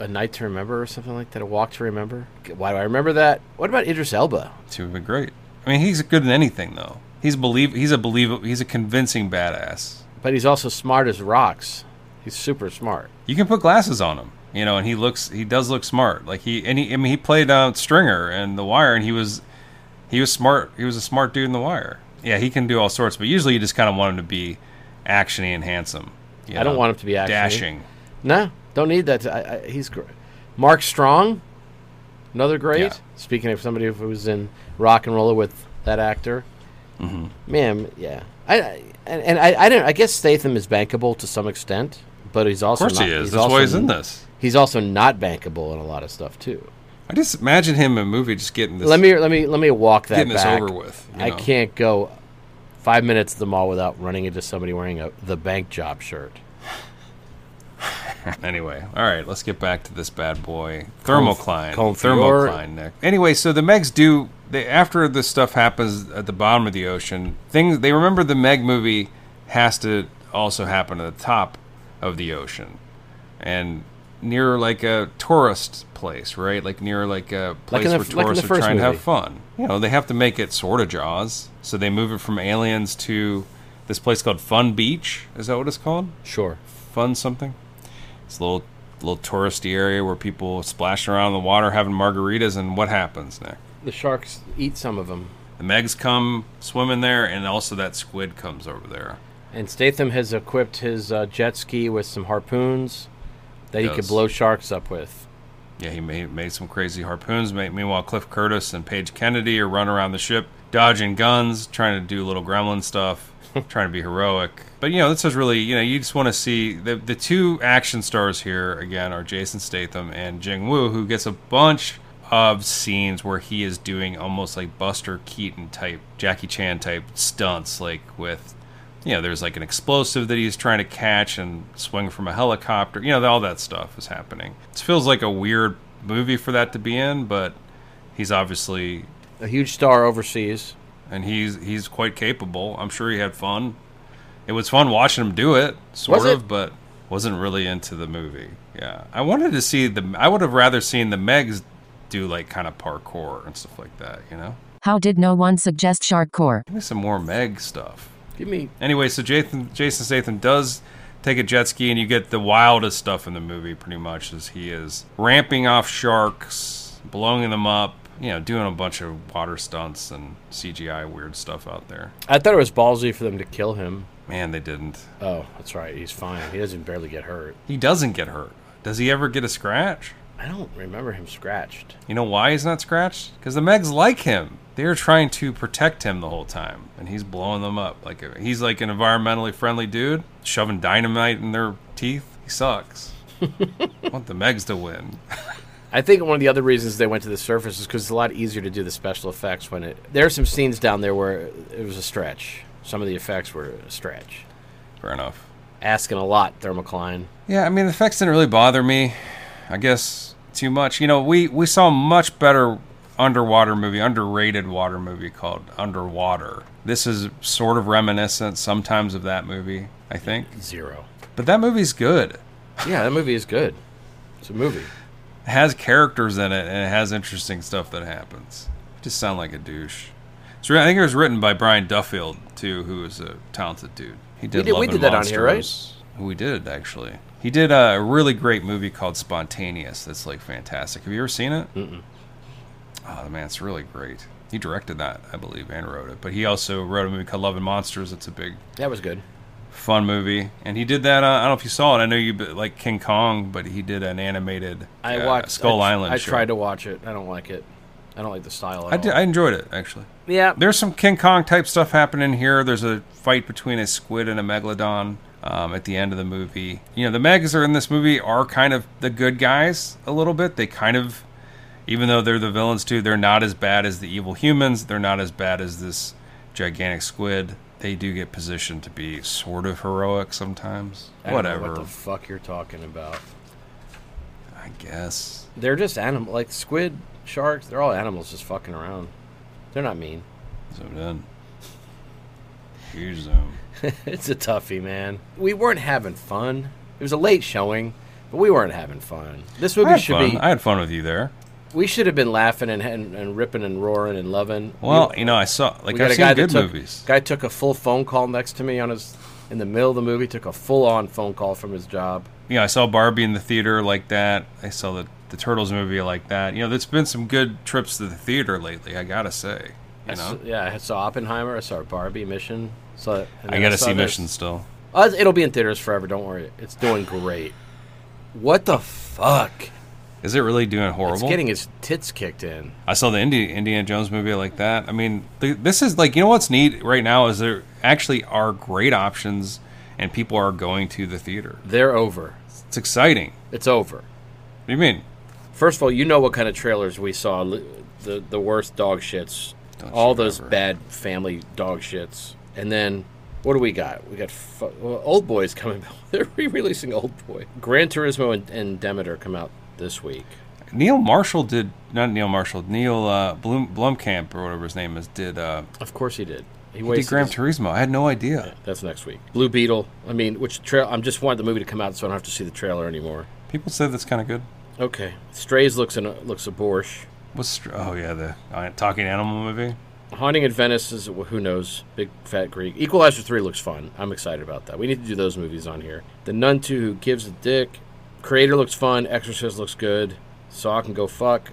Speaker 3: A Night to Remember or something like that. A Walk to Remember. Why do I remember that? What about Idris Elba?
Speaker 4: Two would be great. I mean, he's good in anything though. He's believe. He's a believe. He's a convincing badass.
Speaker 3: But he's also smart as rocks. He's super smart.
Speaker 4: You can put glasses on him, you know, and he looks. He does look smart. Like he and he. I mean, he played uh, Stringer in The Wire, and he was, he was smart. He was a smart dude in The Wire. Yeah, he can do all sorts. But usually, you just kind of want him to be actiony and handsome. you
Speaker 3: I don't
Speaker 4: know,
Speaker 3: want him to be actiony.
Speaker 4: dashing.
Speaker 3: No, Don't need that. to- I, I, he's gr- Mark Strong, another great.
Speaker 4: Yeah.
Speaker 3: Speaking of somebody who was in Rock and Roller with that actor,
Speaker 4: Mm-hmm.
Speaker 3: man, yeah. I, I and, and I, I don't. I guess Statham is bankable to some extent, but he's
Speaker 4: Of
Speaker 3: also
Speaker 4: course
Speaker 3: not,
Speaker 4: he is.
Speaker 3: He's
Speaker 4: That's
Speaker 3: also,
Speaker 4: why he's in this.
Speaker 3: He's also not bankable in a lot of stuff too.
Speaker 4: I just imagine him in a movie just getting this.
Speaker 3: let me let me let me walk that
Speaker 4: Getting this
Speaker 3: back.
Speaker 4: over with, you
Speaker 3: I
Speaker 4: know.
Speaker 3: can't go five minutes at the mall without running into somebody wearing a the bank job shirt.
Speaker 4: Anyway, all right, let's get back to this bad boy. Thermocline.
Speaker 3: Conf-
Speaker 4: Thermocline, Nick. Anyway, so the Megs do. They, after this stuff happens at the bottom of the ocean, things they remember the Meg movie has to also happen at the top of the ocean, and near like a tourist place, right? Like near like a
Speaker 3: Like
Speaker 4: place
Speaker 3: in the
Speaker 4: where
Speaker 3: f- like in the
Speaker 4: tourists are
Speaker 3: first
Speaker 4: trying to have
Speaker 3: movie.
Speaker 4: fun. You know, they have to make it sort of Jaws, so they move it from Aliens to this place called Fun Beach. Is that what it's called?
Speaker 3: Sure.
Speaker 4: fun something. It's a little little touristy area where people splash around in the water having margaritas and what happens Nick?
Speaker 3: The sharks eat some of them,
Speaker 4: The Megs come swim in there and also that squid comes over there.
Speaker 3: and Statham has equipped his uh, jet ski with some harpoons that he could
Speaker 4: Does.
Speaker 3: blow sharks up with.
Speaker 4: Yeah, he made, made some crazy harpoons. Ma- Meanwhile, Cliff Curtis and Paige Kennedy are running around the ship, dodging guns, trying to do little gremlin stuff, trying to be heroic. But, you know, this is really, you know, you just want to see the, the two action stars here, again, are Jason Statham and Jing Woo, who gets a bunch of scenes where he is doing almost like Buster Keaton type, Jackie Chan type stunts, like with you know, there's like an explosive that he's trying to catch and swing from a helicopter. You know, all that stuff is happening. It feels like a weird movie for that to be in, but he's obviously
Speaker 3: A huge star overseas.
Speaker 4: and he's he's quite capable. I'm sure he had fun. It was fun watching him do it, sort
Speaker 3: Was it?
Speaker 4: of, but wasn't really into the movie. Yeah, I wanted to see the. I would have rather seen the Megs do like kind of parkour and stuff like that. You know,
Speaker 5: How did no one suggest Sharkcore?
Speaker 4: give me some more Meg stuff.
Speaker 3: Give me
Speaker 4: Anyway, so Jason Jason Statham does take a jet ski, and you get the wildest stuff in the movie, pretty much, as he is ramping off sharks, blowing them up, you know, doing a bunch of water stunts and CGI weird stuff out there.
Speaker 3: I thought it was ballsy for them to kill him.
Speaker 4: Man, they didn't.
Speaker 3: Oh, that's right. He's fine. He doesn't barely get hurt.
Speaker 4: He doesn't get hurt. Does he ever get a scratch?
Speaker 3: I don't remember him scratched.
Speaker 4: You know why he's not scratched? Because the Megs like him. They're trying to protect him the whole time, and he's blowing them up. Like a, he's like an environmentally friendly dude, shoving dynamite in their teeth. He sucks. I want the Megs to win.
Speaker 3: I think one of the other reasons they went to the surface is because it's a lot easier to do the special effects when it. There are some scenes down there where it was a stretch. Some of the effects were a stretch.
Speaker 4: Fair enough.
Speaker 3: Asking a lot, Thermocline.
Speaker 4: Yeah, I mean, the effects didn't really bother me. I guess too much. You know, we we saw a much better underwater movie, underrated water movie called Underwater. This is sort of reminiscent sometimes of that movie, I think.
Speaker 3: Zero.
Speaker 4: But that movie's good.
Speaker 3: Yeah, that movie is good. It's a movie.
Speaker 4: It has characters in it and it has interesting stuff that happens. I just sound like a douche. It's re- I think it was written by Brian Duffield too, who is a talented dude. He did.
Speaker 3: did-
Speaker 4: Love
Speaker 3: we
Speaker 4: and
Speaker 3: did that on here, right?
Speaker 4: Monsters. We did actually. He did a really great movie called Spontaneous. That's like fantastic. Have you ever seen it? Mm-mm. Oh man, it's really great. He directed that, I believe, and wrote it. But he also wrote a movie called Love and Monsters. It's a big
Speaker 3: That was good.
Speaker 4: fun movie, and he did that. Uh, I don't know if you saw it. I know you b- like King Kong, but he did an animated
Speaker 3: I
Speaker 4: uh,
Speaker 3: watched
Speaker 4: Skull
Speaker 3: I,
Speaker 4: Island.
Speaker 3: I
Speaker 4: short.
Speaker 3: tried to watch it. I don't like it. I don't like the style. At
Speaker 4: I, did,
Speaker 3: all.
Speaker 4: I enjoyed it actually.
Speaker 3: yeah.
Speaker 4: There's some King Kong type stuff happening here. There's a fight between a squid and a megalodon um, at the end of the movie. You know, the Megs are in this movie are kind of the good guys a little bit. They kind of, even though they're the villains too, they're not as bad as the evil humans. They're not as bad as this gigantic squid. They do get positioned to be sort of heroic sometimes.
Speaker 3: I don't know
Speaker 4: Whatever,
Speaker 3: what the fuck you're talking about?
Speaker 4: I guess.
Speaker 3: They're just animal, like squid, sharks. They're all animals just fucking around. They're not mean.
Speaker 4: Zoom in. Huge zoom.
Speaker 3: It's a toughie, man. We weren't having fun. It was a late showing, but we weren't having fun. This
Speaker 4: I
Speaker 3: movie
Speaker 4: had
Speaker 3: should
Speaker 4: fun.
Speaker 3: be.
Speaker 4: I had fun with you there.
Speaker 3: we should have been laughing and, and, and ripping and roaring and loving.
Speaker 4: Well,
Speaker 3: We-
Speaker 4: you know, I saw
Speaker 3: we
Speaker 4: like
Speaker 3: got
Speaker 4: I've
Speaker 3: a guy that
Speaker 4: seen good
Speaker 3: took,
Speaker 4: movies.
Speaker 3: Guy took a full phone call next to me on his in the middle of the movie. Took a full on phone call from his job.
Speaker 4: you know, I saw Barbie in the theater like that. I saw the the Turtles movie like that. You know, there's been some good trips to the theater lately. I gotta say,
Speaker 3: I
Speaker 4: you
Speaker 3: saw-
Speaker 4: know,
Speaker 3: yeah, I saw Oppenheimer. I saw Barbie Mission. Saw, and
Speaker 4: I
Speaker 3: then
Speaker 4: gotta
Speaker 3: saw
Speaker 4: see
Speaker 3: this- Oh,
Speaker 4: Mission still.
Speaker 3: Uh, it'll be in theaters forever. Don't worry. It's doing great. What the fuck?
Speaker 4: Is it really doing
Speaker 3: It's
Speaker 4: horrible?
Speaker 3: getting his tits kicked in.
Speaker 4: I saw the Indi- Indiana Jones movie like that. I mean, th- this is like you know what's neat right now is there actually are great options, and people are going to the theater.
Speaker 3: They're over.
Speaker 4: It's exciting.
Speaker 3: It's over.
Speaker 4: What do you mean?
Speaker 3: First of all, you know what kind of trailers we saw. l- The the worst dog shits.
Speaker 4: Don't
Speaker 3: all
Speaker 4: you
Speaker 3: those
Speaker 4: ever.
Speaker 3: bad family dog shits. And then what do we got? We got fu- well, Old Boy's coming. They're re-releasing Old Boy. Gran Turismo and, and Demeter come out this week.
Speaker 4: Neil Marshall did not Neil Marshall. Neil uh, Blum, Blumkamp or whatever his name is did uh,
Speaker 3: Of course he did. He,
Speaker 4: he did
Speaker 3: wasted
Speaker 4: Gran
Speaker 3: his-
Speaker 4: Turismo. I had no idea.
Speaker 3: That's next week. Blue Beetle. I mean, which trail? I'm just wanting the movie to come out so I don't have to see the trailer anymore.
Speaker 4: People said that's kind of good.
Speaker 3: Okay. Strays looks an, looks a borscht.
Speaker 4: What's str- oh yeah the uh, talking animal movie.
Speaker 3: Haunting in Venice is who knows. Big Fat Greek. Equalizer three looks fun. I'm excited about that. We need to do those movies on here. The Nun two, Who Gives a Dick, Creator looks fun. Exorcist looks good. Saw can go fuck.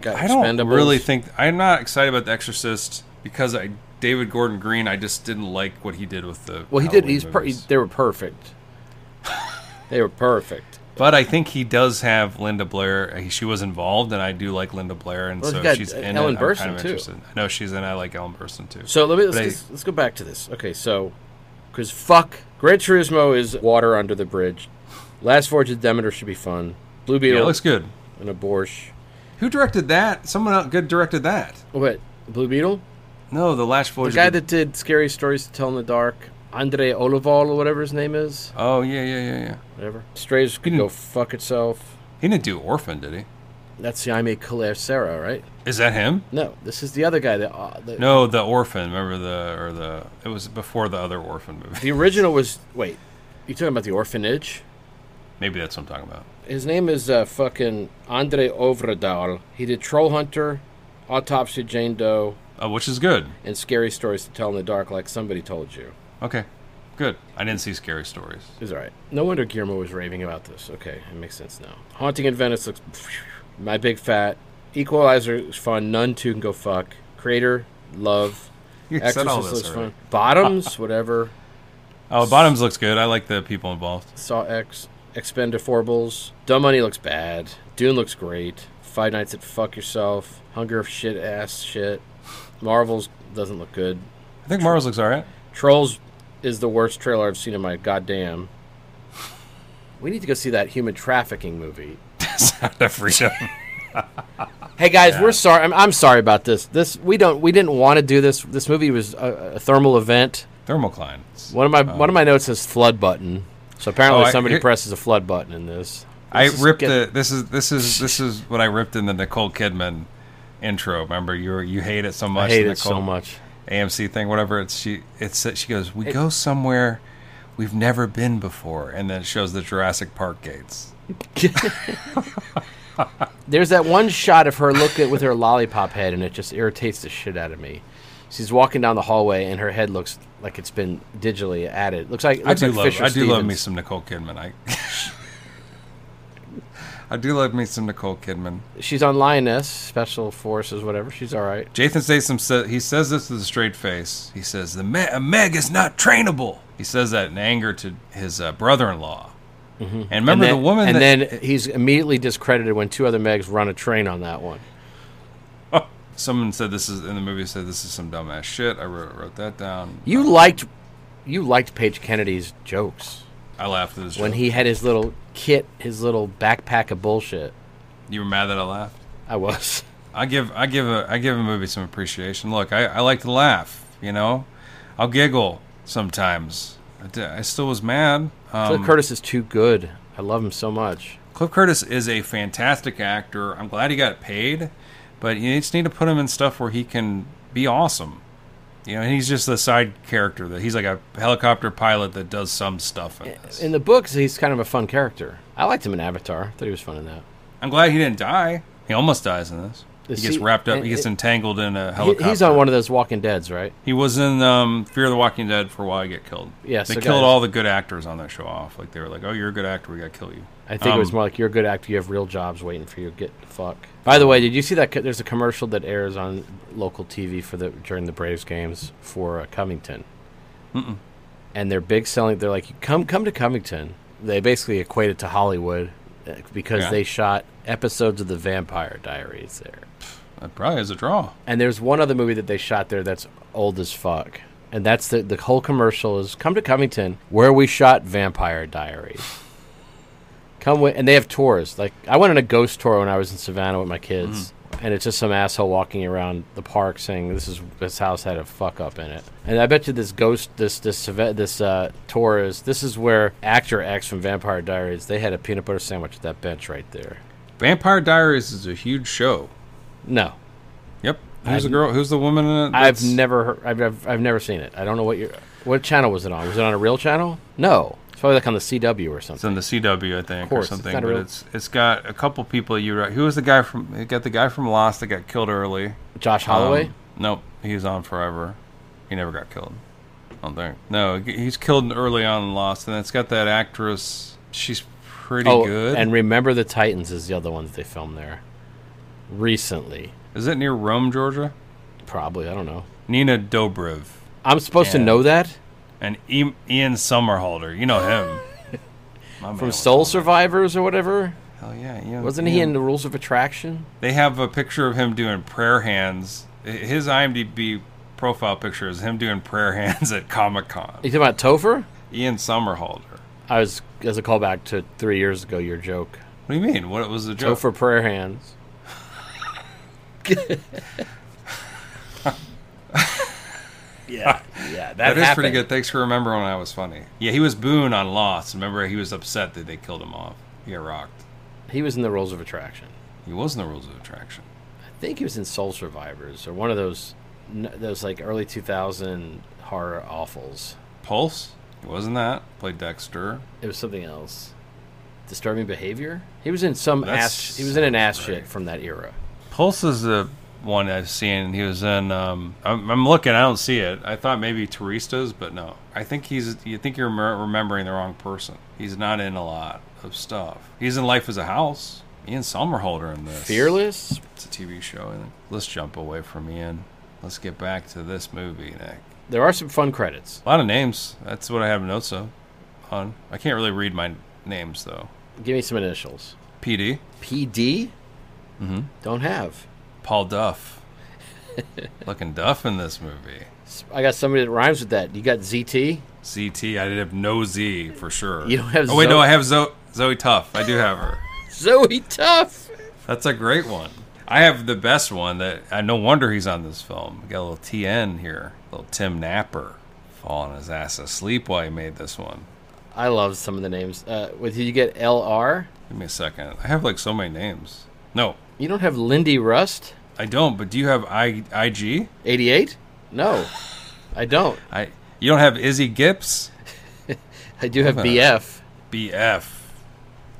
Speaker 3: Got
Speaker 4: I don't
Speaker 3: Expendables.
Speaker 4: really think I'm not excited about The Exorcist because I David Gordon Green. I just didn't like what he did with the.
Speaker 3: Well, he did.
Speaker 4: Halloween
Speaker 3: He's per- he-
Speaker 4: movies.
Speaker 3: they were perfect. they were perfect.
Speaker 4: but I think he does have Linda Blair. uh, He, she was involved, and I do like Linda Blair, and
Speaker 3: Well, he's
Speaker 4: so
Speaker 3: got
Speaker 4: she's in
Speaker 3: Ellen
Speaker 4: it. I'm
Speaker 3: Burstyn,
Speaker 4: kind of
Speaker 3: too.
Speaker 4: interested. I know she's in. it, I like Ellen Burstyn too.
Speaker 3: So let me let's,
Speaker 4: But I-
Speaker 3: let's- let's go back to this. Okay, so because fuck, Gran Turismo is water under the bridge. Last Forge of Demeter should be fun. Blue
Speaker 4: yeah,
Speaker 3: Beetle
Speaker 4: it looks good.
Speaker 3: and a borscht.
Speaker 4: Who directed that? Someone else good directed that.
Speaker 3: What? Blue Beetle?
Speaker 4: No, the Last Voyage.
Speaker 3: The
Speaker 4: of
Speaker 3: guy that did Scary Stories to Tell in the Dark, Andre Olival or whatever his name is,
Speaker 4: Oh yeah, yeah, yeah, yeah.
Speaker 3: whatever. Strays could
Speaker 4: Hmm.
Speaker 3: go fuck itself.
Speaker 4: He didn't do Orphan, did he?
Speaker 3: That's Jaime Colesera, right?
Speaker 4: Is that him?
Speaker 3: No, this is the other guy. That uh, the,
Speaker 4: No, the Orphan. Remember the or the it was before the other Orphan movie.
Speaker 3: the original was wait. You talking about the orphanage?
Speaker 4: Maybe that's what I'm talking about.
Speaker 3: His name is uh, fucking Andre Ovredal. He did Troll Hunter, Autopsy of Jane Doe,
Speaker 4: Oh, which is good.
Speaker 3: and Scary Stories to Tell in the Dark, like somebody told you.
Speaker 4: Okay, good. I didn't see Scary Stories.
Speaker 3: It's all right. No wonder Guillermo was raving about this. Okay, it makes sense now. Haunting in Venice looks. My big fat Equalizer is fun. None two can go fuck. Creator love.
Speaker 4: You said
Speaker 3: Exorcist
Speaker 4: all this
Speaker 3: looks fun.
Speaker 4: already.
Speaker 3: Bottoms whatever.
Speaker 4: Oh, Bottoms looks good. I like the people involved.
Speaker 3: Saw X. Expendables. Dumb Money looks bad. Dune looks great. Five Nights at Fuck Yourself. Hunger of Shit Ass Shit. Marvels doesn't look good.
Speaker 4: I think Mars looks all right.
Speaker 3: Trolls is the worst trailer I've seen in my goddamn. We need to go see that human trafficking movie.
Speaker 4: Sound of freedom.
Speaker 3: Hey guys, we're sorry. I'm, I'm sorry about this. This we don't we didn't want to do this. This movie was a, a thermal event.
Speaker 4: Thermocline.
Speaker 3: One of my one of my notes says flood button. So apparently
Speaker 4: Oh, I-
Speaker 3: somebody
Speaker 4: here-
Speaker 3: presses a flood button in this.
Speaker 4: I
Speaker 3: This is
Speaker 4: ripped
Speaker 3: get-
Speaker 4: the. This is this is this is what I ripped in the Nicole Kidman intro. Remember, you were, you hate it so much.
Speaker 3: I hate
Speaker 4: the
Speaker 3: it so
Speaker 4: Nicole
Speaker 3: much.
Speaker 4: AMC thing, whatever. It's she. It's she goes. We go somewhere we've never been before, and then it shows the Jurassic Park gates.
Speaker 3: There's that one shot of her look at with her lollipop head, and it just irritates the shit out of me. She's walking down the hallway, and her head looks like it's been digitally added. Looks like
Speaker 4: I
Speaker 3: looks
Speaker 4: do
Speaker 3: like
Speaker 4: love.
Speaker 3: Fisher
Speaker 4: I do love
Speaker 3: Stevens.
Speaker 4: me some Nicole Kidman. I. I do love me some Nicole Kidman.
Speaker 3: She's on Lioness Special Forces, whatever. She's all right.
Speaker 4: Jathan Statham says he says this with a straight face. He says the me- a Meg is not trainable. He says that in anger to his uh, brother-in-law. And
Speaker 3: Mm-hmm.
Speaker 4: remember
Speaker 3: and
Speaker 4: the
Speaker 3: then,
Speaker 4: woman.
Speaker 3: and
Speaker 4: that,
Speaker 3: then he's immediately discredited when two other Megs run a train on that one.
Speaker 4: Oh. someone said this is in the movie. Said this is some dumbass shit. I wrote, wrote that down.
Speaker 3: You liked, you liked Paige Kennedy's jokes
Speaker 4: I laughed at his
Speaker 3: when
Speaker 4: joke.
Speaker 3: he had his little kit, his little backpack of bullshit.
Speaker 4: You were mad that I laughed.
Speaker 3: I was.
Speaker 4: I give I give a I give a movie some appreciation. Look, I, I like to laugh. You know, I'll giggle sometimes. I, d- I still was mad. Um,
Speaker 3: Cliff Curtis is too good. I love him so much.
Speaker 4: Cliff Curtis is a fantastic actor. I'm glad he got paid, but you just need to put him in stuff where he can be awesome. You know, and he's just a side character that he's like a helicopter pilot that does some stuff in this.
Speaker 3: In the books, he's kind of a fun character. I liked him in Avatar. I thought he was fun in that.
Speaker 4: I'm glad he didn't die. He almost dies in this. He
Speaker 3: Is
Speaker 4: gets
Speaker 3: he-
Speaker 4: wrapped up.
Speaker 3: and
Speaker 4: He gets
Speaker 3: it-
Speaker 4: entangled in a
Speaker 3: He,
Speaker 4: helicopter.
Speaker 3: he's on one of those Walking Dead's, right?
Speaker 4: He was in um, Fear the Walking Dead for why I get killed.
Speaker 3: Yeah,
Speaker 4: they
Speaker 3: so
Speaker 4: killed
Speaker 3: guys-
Speaker 4: all the good actors on that show off. Like they were like, "Oh, you're a good actor. We got to kill you."
Speaker 3: I think it was
Speaker 4: Um,
Speaker 3: more like you're a good actor. You have real jobs waiting for you. Get the fuck. By the way, did you see that? co- There's a commercial that airs on local TV for the during the Braves games for uh, Covington. Mm-mm. And they're big selling. They're like, come, come to Covington. They basically equate it to Hollywood. uh, because
Speaker 4: Yeah.
Speaker 3: they shot episodes of the Vampire Diaries there.
Speaker 4: That probably is a draw.
Speaker 3: And there's one other movie that they shot there that's old as fuck. And that's the the whole commercial is come to Covington where we shot Vampire Diaries. Come with, and they have tours. Like I went on a ghost tour when I was in Savannah with my kids, and it's just some asshole walking around the park saying this is this house had a fuck up in it. And I bet you this ghost this this Sava- this uh, tour is this is where actor X from Vampire Diaries they had a peanut butter sandwich at that bench right there.
Speaker 4: Vampire Diaries is a huge show.
Speaker 3: No,
Speaker 4: Yep. Who's the girl? Who's the woman in it?
Speaker 3: I've
Speaker 4: that's-
Speaker 3: never heard, I've, I've I've never seen it. I don't know what your what channel was it on. Was it on a real channel? No, it's probably like on the CW or
Speaker 4: It's
Speaker 3: something.
Speaker 4: in the CW, I think, or
Speaker 3: course, it's
Speaker 4: something.
Speaker 3: not a
Speaker 4: but
Speaker 3: real-
Speaker 4: it's it's got a couple people you re- who was the guy from it got the guy from Lost that got killed early.
Speaker 3: Josh Holloway.
Speaker 4: Um, nope, he was on forever. He never got killed. I don't think. No, he- he's killed early on in Lost, and it's got that actress. She's pretty
Speaker 3: oh,
Speaker 4: good.
Speaker 3: and Remember the Titans is the other one that they filmed there recently.
Speaker 4: is it near Rome, Georgia?
Speaker 3: Probably I don't know.
Speaker 4: Nina Dobrev
Speaker 3: I'm supposed to
Speaker 4: Yeah.
Speaker 3: know that
Speaker 4: and I- Ian Somerhalder. You know him My man
Speaker 3: from
Speaker 4: was
Speaker 3: Soul
Speaker 4: on-
Speaker 3: Survivors or whatever.
Speaker 4: Hell yeah, Ian-
Speaker 3: Wasn't he
Speaker 4: Ian-
Speaker 3: in the Rules of Attraction?
Speaker 4: They have a picture of him doing prayer hands. His IMDb profile picture is him doing prayer hands at Comic Con.
Speaker 3: You talking about Topher?
Speaker 4: Ian Somerhalder.
Speaker 3: I was as a callback to three years ago. Your joke.
Speaker 4: What do you mean? What was the joke?
Speaker 3: Topher prayer hands. yeah, yeah, that,
Speaker 4: that is pretty
Speaker 3: happened.
Speaker 4: good. Thanks for remembering when I was funny. Yeah, he was Boone on Lost. Remember, he was upset that they killed him off. He got rocked.
Speaker 3: He was in the Rules of Attraction.
Speaker 4: He was in the Rules of Attraction.
Speaker 3: I think he was in Soul Survivors or one of those n- those like early 2000 horror awfuls.
Speaker 4: Pulse? He wasn't that. Played Dexter.
Speaker 3: It was something else. Disturbing behavior. He was in some
Speaker 4: That
Speaker 3: ass. He was in an ass
Speaker 4: sounds
Speaker 3: shit
Speaker 4: right.
Speaker 3: from that era.
Speaker 4: Pulse is the one I've seen. He was in. Um, I'm, I'm looking. I don't see it. I thought maybe Taristas, but no. I think he's. You think you're remem- remembering the wrong person. He's not in a lot of stuff. He's in Life as a House. Ian Somerhalder in this.
Speaker 3: Fearless.
Speaker 4: It's a TV show. I think. Let's jump away from Ian. Let's get back to this movie, Nick.
Speaker 3: There are some fun credits.
Speaker 4: A lot of names. That's what I have notes of. On. I can't really read my names though.
Speaker 3: Give me some initials.
Speaker 4: PD.
Speaker 3: PD.
Speaker 4: Mm-hmm.
Speaker 3: Don't have.
Speaker 4: Paul Duff. Looking Duff in this movie.
Speaker 3: I got somebody that rhymes with that. You got ZT.
Speaker 4: ZT. I did have no Z for sure.
Speaker 3: You don't have
Speaker 4: Oh wait,
Speaker 3: Zo-
Speaker 4: no, I have Zo- Zoe Tough. I do have her.
Speaker 3: Zoe Tough.
Speaker 4: That's a great one. I have the best one. That I no wonder he's on this film. Got a little TN here. Little Tim Napper falling his ass asleep while he made this one.
Speaker 3: I love some of the names. Uh, with you get LR.
Speaker 4: Give me a second. I have like so many names. No,
Speaker 3: You don't have Lindy Rust.
Speaker 4: I don't. But do you have I IG?
Speaker 3: 88? No, I don't.
Speaker 4: I you don't have Izzy Gips?
Speaker 3: I do have
Speaker 4: Uh.
Speaker 3: BF.
Speaker 4: BF,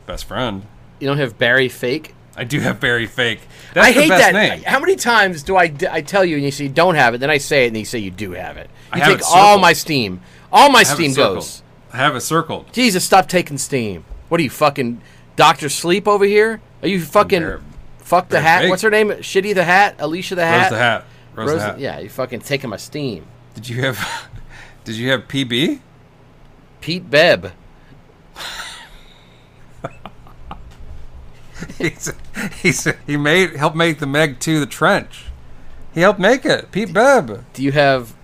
Speaker 4: best friend.
Speaker 3: You don't have Barry Fake.
Speaker 4: I do have Barry Fake. That's
Speaker 3: I
Speaker 4: the
Speaker 3: hate that.
Speaker 4: best name.
Speaker 3: How many times do I, d- I tell you and you say you don't have it, then I say it and you say you do have it.
Speaker 4: I
Speaker 3: You
Speaker 4: have
Speaker 3: take
Speaker 4: it
Speaker 3: all
Speaker 4: circled.
Speaker 3: my steam. All my
Speaker 4: I have it
Speaker 3: steam
Speaker 4: circled.
Speaker 3: goes.
Speaker 4: I have it circled.
Speaker 3: Jesus, stop taking steam. What are you fucking Doctor Sleep over here? Are you fucking
Speaker 4: Bear-
Speaker 3: fuck the
Speaker 4: Bear
Speaker 3: hat?
Speaker 4: Fake.
Speaker 3: What's her name? Shitty the Hat, Alicia the Hat,
Speaker 4: Rose the Hat. Rose,
Speaker 3: Rose-
Speaker 4: the Hat.
Speaker 3: Yeah, you fucking taking my steam.
Speaker 4: Did you have? Did you have PB?
Speaker 3: Pete Bebb.
Speaker 4: he's, he's, he made helped make the Meg to the trench. He helped make it. Pete Bebb.
Speaker 3: Do you have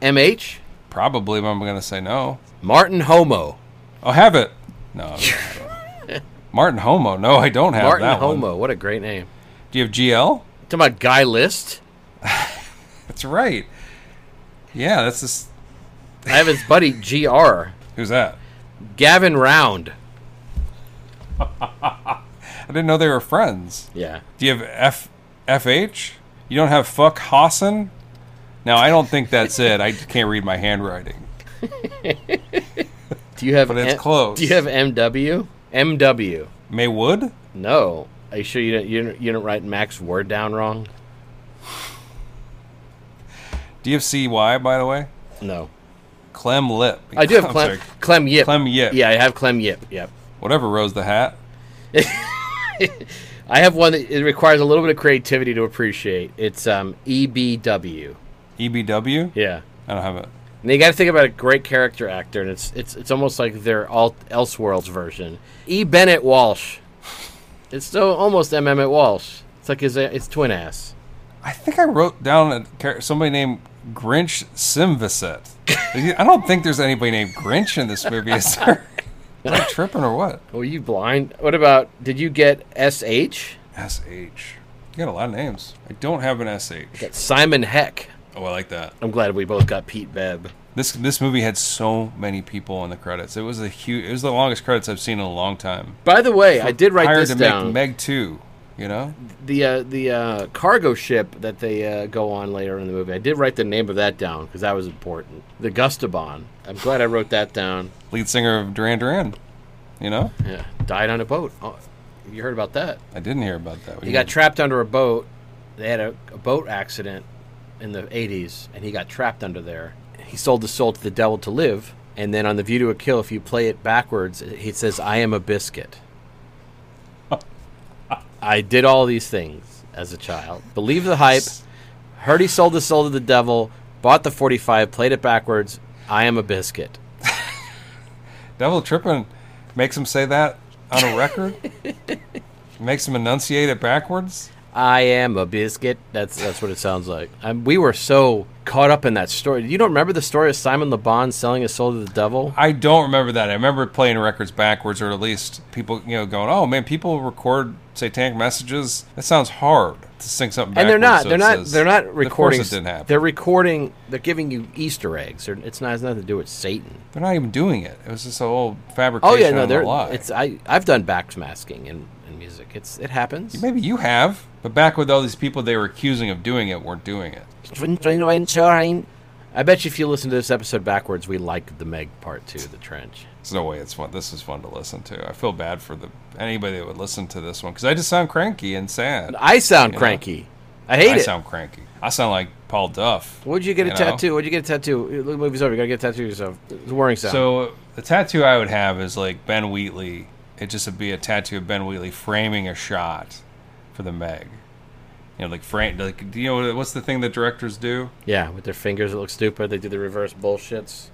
Speaker 3: MH?
Speaker 4: Probably. but I'm gonna say no.
Speaker 3: Martin Homo.
Speaker 4: Oh, have it. No. I don't have it. Martin Homo. No, I don't have
Speaker 3: Martin
Speaker 4: that
Speaker 3: Homo.
Speaker 4: one.
Speaker 3: What a great name.
Speaker 4: Do you have GL?
Speaker 3: Talking about Guy List.
Speaker 4: That's right. Yeah, that's this.
Speaker 3: I have his buddy GR.
Speaker 4: Who's that?
Speaker 3: Gavin Round.
Speaker 4: I didn't know they were friends.
Speaker 3: Yeah.
Speaker 4: Do you have F FH? You don't have fuck Hassan? Now I don't think that's it. I can't read my handwriting.
Speaker 3: Do you have
Speaker 4: But it's close.
Speaker 3: Do you have MW? MW.
Speaker 4: Maywood?
Speaker 3: No. Are you sure you didn't you didn't, you didn't write Mac's word down wrong?
Speaker 4: Do you have CY by the way?
Speaker 3: No.
Speaker 4: Clem Lip.
Speaker 3: I do have
Speaker 4: I'm
Speaker 3: Clem
Speaker 4: sorry.
Speaker 3: Clem Yip.
Speaker 4: Clem Yip.
Speaker 3: Yeah, I have Clem Yip. Yep.
Speaker 4: Whatever Rose the Hat.
Speaker 3: I have one that it requires a little bit of creativity to appreciate. It's um, EBW.
Speaker 4: EBW?
Speaker 3: Yeah.
Speaker 4: E I don't have it.
Speaker 3: And you got to think about a great character actor, and it's it's it's almost like their all Elseworlds version. E. Bennett Walsh. It's so almost M. Emmett Walsh. It's like his his twin ass.
Speaker 4: I think I wrote down a char- somebody named Grinch Simvicet. I don't think there's anybody named Grinch in this movie, is there? Am I tripping or what?
Speaker 3: Were Oh, you blind? What about? Did you get S. H.
Speaker 4: SH. You got a lot of names. I don't have an SH.
Speaker 3: Got Simon Heck.
Speaker 4: Oh, I like that.
Speaker 3: I'm glad we both got Pete Bebb.
Speaker 4: This this movie had so many people in the credits. It was a huge. It was the longest credits I've seen in a long time.
Speaker 3: By the way, I did write
Speaker 4: Hired
Speaker 3: this
Speaker 4: to
Speaker 3: down.
Speaker 4: make Meg two. You know,
Speaker 3: the uh, the uh, cargo ship that they uh, go on later in the movie. I did write the name of that down because that was important. The Gustabon. I'm glad I wrote that down.
Speaker 4: lead singer of Duran Duran. You know,
Speaker 3: Yeah, died on a boat. Oh, you heard about that?
Speaker 4: I didn't hear about that.
Speaker 3: He got trapped under a boat. They had a, a boat accident in the 80s, and he got trapped under there. He sold his soul to the devil to live. And then on the View to a Kill, if you play it backwards, it it says, I am a biscuit. I did all these things as a child. Believe the hype. Heard he sold his soul to the devil, bought the 45, played it backwards. I am a biscuit.
Speaker 4: Devil Trippin makes him say that on a record. makes him enunciate it backwards.
Speaker 3: I am a biscuit. That's that's what it sounds like. Um, we were so caught up in that story. You don't remember the story of Simon Le Bon selling his soul to the devil?
Speaker 4: I don't remember that. I remember playing records backwards, or at least people, you know, going, "Oh man, people record satanic messages. That sounds hard to sing something."
Speaker 3: And they're not.
Speaker 4: backwards, so
Speaker 3: They're
Speaker 4: it
Speaker 3: not.
Speaker 4: says-
Speaker 3: They're
Speaker 4: Of
Speaker 3: not
Speaker 4: course
Speaker 3: recording.
Speaker 4: it didn't happen.
Speaker 3: They're
Speaker 4: They're,
Speaker 3: recording. They're giving you Easter eggs. They're- It's not has nothing to do with Satan.
Speaker 4: not even doing it. It was just a whole fabrication.
Speaker 3: Oh yeah, no,
Speaker 4: of a
Speaker 3: they're.
Speaker 4: lie.
Speaker 3: It's I. I've done backmasking in, in music. It's it happens.
Speaker 4: Maybe you have, but back with all these people they were accusing of doing it weren't doing it.
Speaker 3: I bet you if you listen to this episode backwards, we like the Meg part two, the trench.
Speaker 4: There's no way it's fun. This is fun to listen to. I feel bad for the anybody that would listen to this one because I just sound cranky and sad.
Speaker 3: I sound
Speaker 4: Yeah.
Speaker 3: cranky. I hate
Speaker 4: I
Speaker 3: it.
Speaker 4: sound cranky. I sound like Paul Duff.
Speaker 3: What'd you get a
Speaker 4: know?
Speaker 3: tattoo? What'd you get a tattoo? The movie's over. You gotta get a tattoo of yourself. It's a worrying sound.
Speaker 4: So uh, the tattoo I would have is like Ben Wheatley. It just would be a tattoo of Ben Wheatley framing a shot for the Meg. You know, like frame. Like do you know what's the thing that directors do?
Speaker 3: yeah, with their fingers, it looks stupid. They do the reverse bullshits.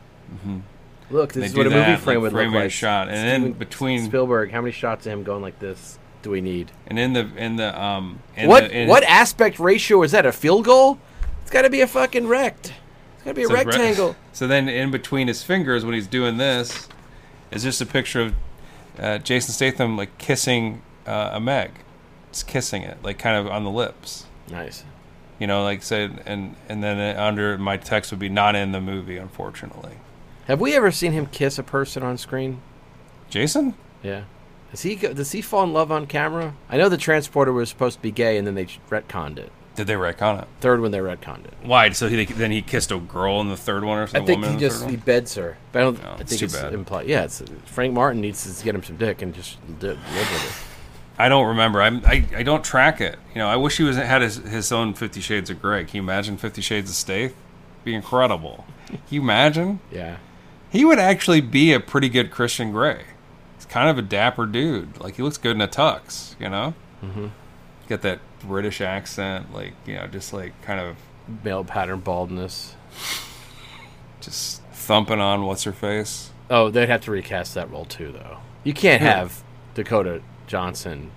Speaker 3: Look, this
Speaker 4: Mm-hmm. They
Speaker 3: is
Speaker 4: do
Speaker 3: what a
Speaker 4: that,
Speaker 3: movie frame
Speaker 4: like,
Speaker 3: would look
Speaker 4: framing a
Speaker 3: like.
Speaker 4: shot, and then between-
Speaker 3: Spielberg, how many shots of him going like this do we need?
Speaker 4: And in the in the um in
Speaker 3: what
Speaker 4: the, in-
Speaker 3: what aspect ratio is that? A field goal? It's got to be a fucking rect. It's got to be a
Speaker 4: so re-
Speaker 3: rectangle.
Speaker 4: so then in between his fingers when he's doing this is just a picture of uh, Jason Statham like kissing uh, a Meg. It's kissing it like kind of on the lips.
Speaker 3: nice.
Speaker 4: you know like said and and then it- under my text would be not in the movie unfortunately
Speaker 3: Have we ever seen him kiss a person on screen?
Speaker 4: jason
Speaker 3: Yeah. Does he go- does he fall in love on camera? I know the transporter was supposed to be gay, and then they retconned it.
Speaker 4: did they wreck on it
Speaker 3: Third one, they retconned it.
Speaker 4: why so he then he kissed a girl in the third one or
Speaker 3: I
Speaker 4: something
Speaker 3: think he just he beds her. But I don't.
Speaker 4: No,
Speaker 3: I
Speaker 4: it's
Speaker 3: think
Speaker 4: too
Speaker 3: it's,
Speaker 4: bad.
Speaker 3: implied. Yeah, it's, Frank Martin needs to get him some dick and just d- live with
Speaker 4: i don't remember I'm, i i don't track it you know i wish he was had his, his own 50 shades of gray can you imagine 50 shades of stath be incredible can you imagine
Speaker 3: it. Yeah.
Speaker 4: he would actually be a pretty good christian gray he's kind of a dapper dude like he looks good in a tux you know mm-hmm. got that british accent like you know just like kind of
Speaker 3: Male pattern baldness.
Speaker 4: just thumping on what's her face.
Speaker 3: Oh, they'd have to recast that role too, though. You can't have Dakota Johnson.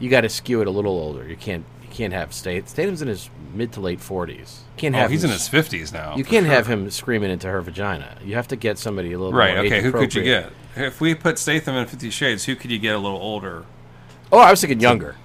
Speaker 3: You got to skew it a little older. You can't. You can't have State. Statham's in his mid to late forties. Can't
Speaker 4: Oh,
Speaker 3: have.
Speaker 4: he's
Speaker 3: him
Speaker 4: in his
Speaker 3: s-
Speaker 4: fifties now.
Speaker 3: You
Speaker 4: for
Speaker 3: can't
Speaker 4: sure.
Speaker 3: have him screaming into her vagina. You have to get somebody a little
Speaker 4: Right.
Speaker 3: More
Speaker 4: Okay. Who could you
Speaker 3: age-appropriate.
Speaker 4: get? If we put Statham in Fifty Shades, who could you get a little older?
Speaker 3: Oh, I was thinking younger.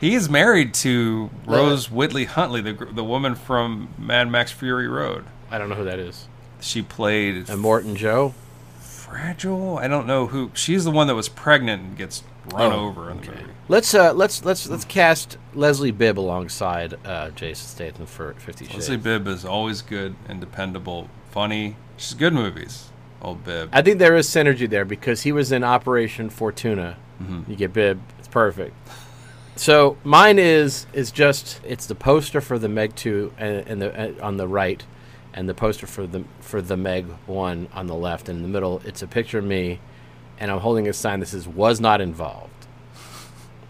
Speaker 4: He is married to Rose Whitley Huntley, the gr- the woman from Mad Max Fury Road.
Speaker 3: I don't know who that is.
Speaker 4: She played
Speaker 3: And Morton Joe.
Speaker 4: fragile. I don't know who. She's the one that was pregnant and gets run
Speaker 3: Oh,
Speaker 4: over in the movie.
Speaker 3: Let's uh, let's let's let's cast Leslie Bibb alongside uh, Jason Statham for Fifty Shades.
Speaker 4: Leslie Bibb is always good and dependable, funny. She's good in movies. Old Bibb.
Speaker 3: I think there is synergy there because he was in Operation Fortuna. You get Bibb. It's perfect. So mine is is just it's the poster for the Meg two and, and the uh, on the right, and the poster for the for the Meg one on the left, and in the middle it's a picture of me, and I'm holding a sign that says "Was not involved,"